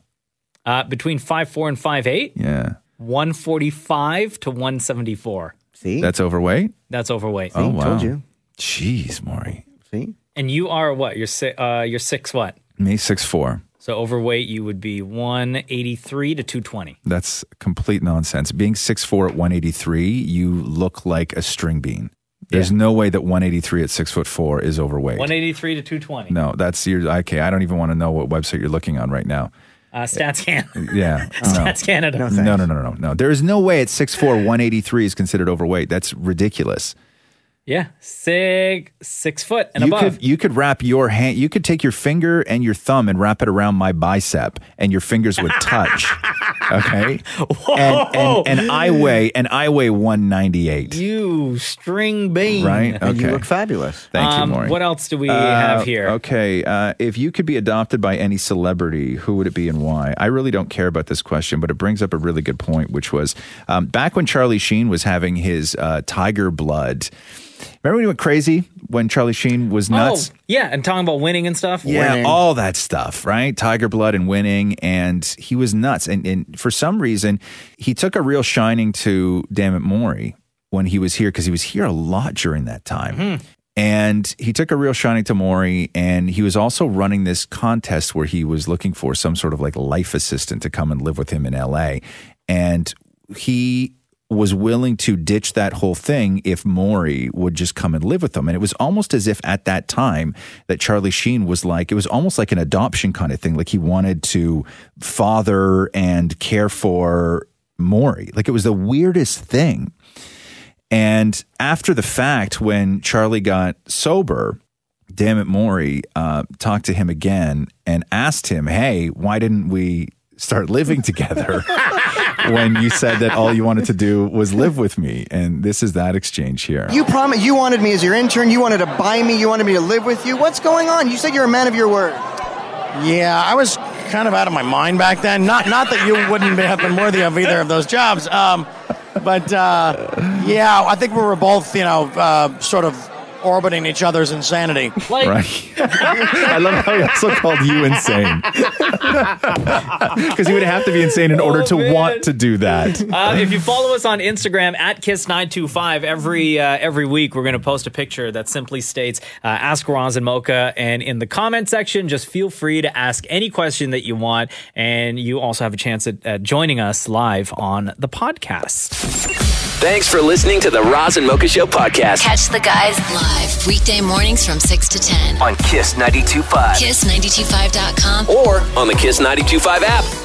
Uh, between five four and five eight, Yeah. one forty five to one seventy four. See, That's overweight? That's overweight. oh, wow. Jeez, Maury. See, And you are what? You're six. Uh, you're six. What? me six four. So overweight, you would be one eighty three to two twenty. That's complete nonsense. Being 6'4 at 183, you look like a string bean. There's no way that 183 at 6 foot 4 is overweight. One eighty three to two twenty. No, that's your okay. I don't even want to know what website you're looking on right now. Uh, stats can. Yeah. Stats Canada. No, no, no, no, no, no. There is no way at 6'4, 183 is considered overweight. That's ridiculous. (laughs) Yeah, sig six foot and you above. could you could wrap your hand you could take your finger and your thumb and wrap it around my bicep and your fingers would (laughs) touch. okay? And, and and I weigh and I weigh 198. You string bean. Right? Okay. fabulous. Thank Um, you, Maury. what else do we Uh, have here? Okay. Uh, if you could be adopted by any celebrity, who would it be and why? I really don't care about this question, but it brings up a really good point, which was um, back when Charlie Sheen was having his uh, tiger blood. Remember when he went crazy when Charlie Sheen was nuts? Oh, yeah, and talking about winning and stuff. Yeah, all that stuff, right? Tiger blood and winning, and he was nuts. And, and for some reason, he took a real shining to Dammit Maury when he was here because he was here a lot during that time. And he took a real shining to Maury, and he was also running this contest where he was looking for some sort of like life assistant to come and live with him in LA. And he was willing to ditch that whole thing if Maury would just come and live with them. And it was almost as if at that time that Charlie Sheen was like, it was almost like an adoption kind of thing. Like he wanted to father and care for Maury. Like it was the weirdest thing. And after the fact, when Charlie got sober, damn it, Maury uh, talked to him again and asked him, "Hey, why didn't we start living together?" when you said that all you wanted to do was live with me, and this is that exchange here. You promised you wanted me as your intern. You wanted to buy me. You wanted me to live with you. What's going on? You said you're a man of your word. Yeah, I was kind of out of my mind back then. Not not that you wouldn't be- have been worthy of either of those jobs, um, but uh, yeah, I think we were both, you know, uh, sort of orbiting each other's insanity. Like, Right. I love how he also called you insane (laughs) because you would have to be insane in order to want to do that. Uh, if you follow us on Instagram at Kiss925, every uh, every week we're going to post a picture that simply states uh, "Ask Roz and Mocha," and in the comment section, just feel free to ask any question that you want, and you also have a chance at uh, joining us live on the podcast. Thanks for listening to the Roz and Mocha Show podcast Catch the guys live weekday mornings from 6 to 10. on Kiss 92.5 Kiss925.com or on the Kiss 92.5 app.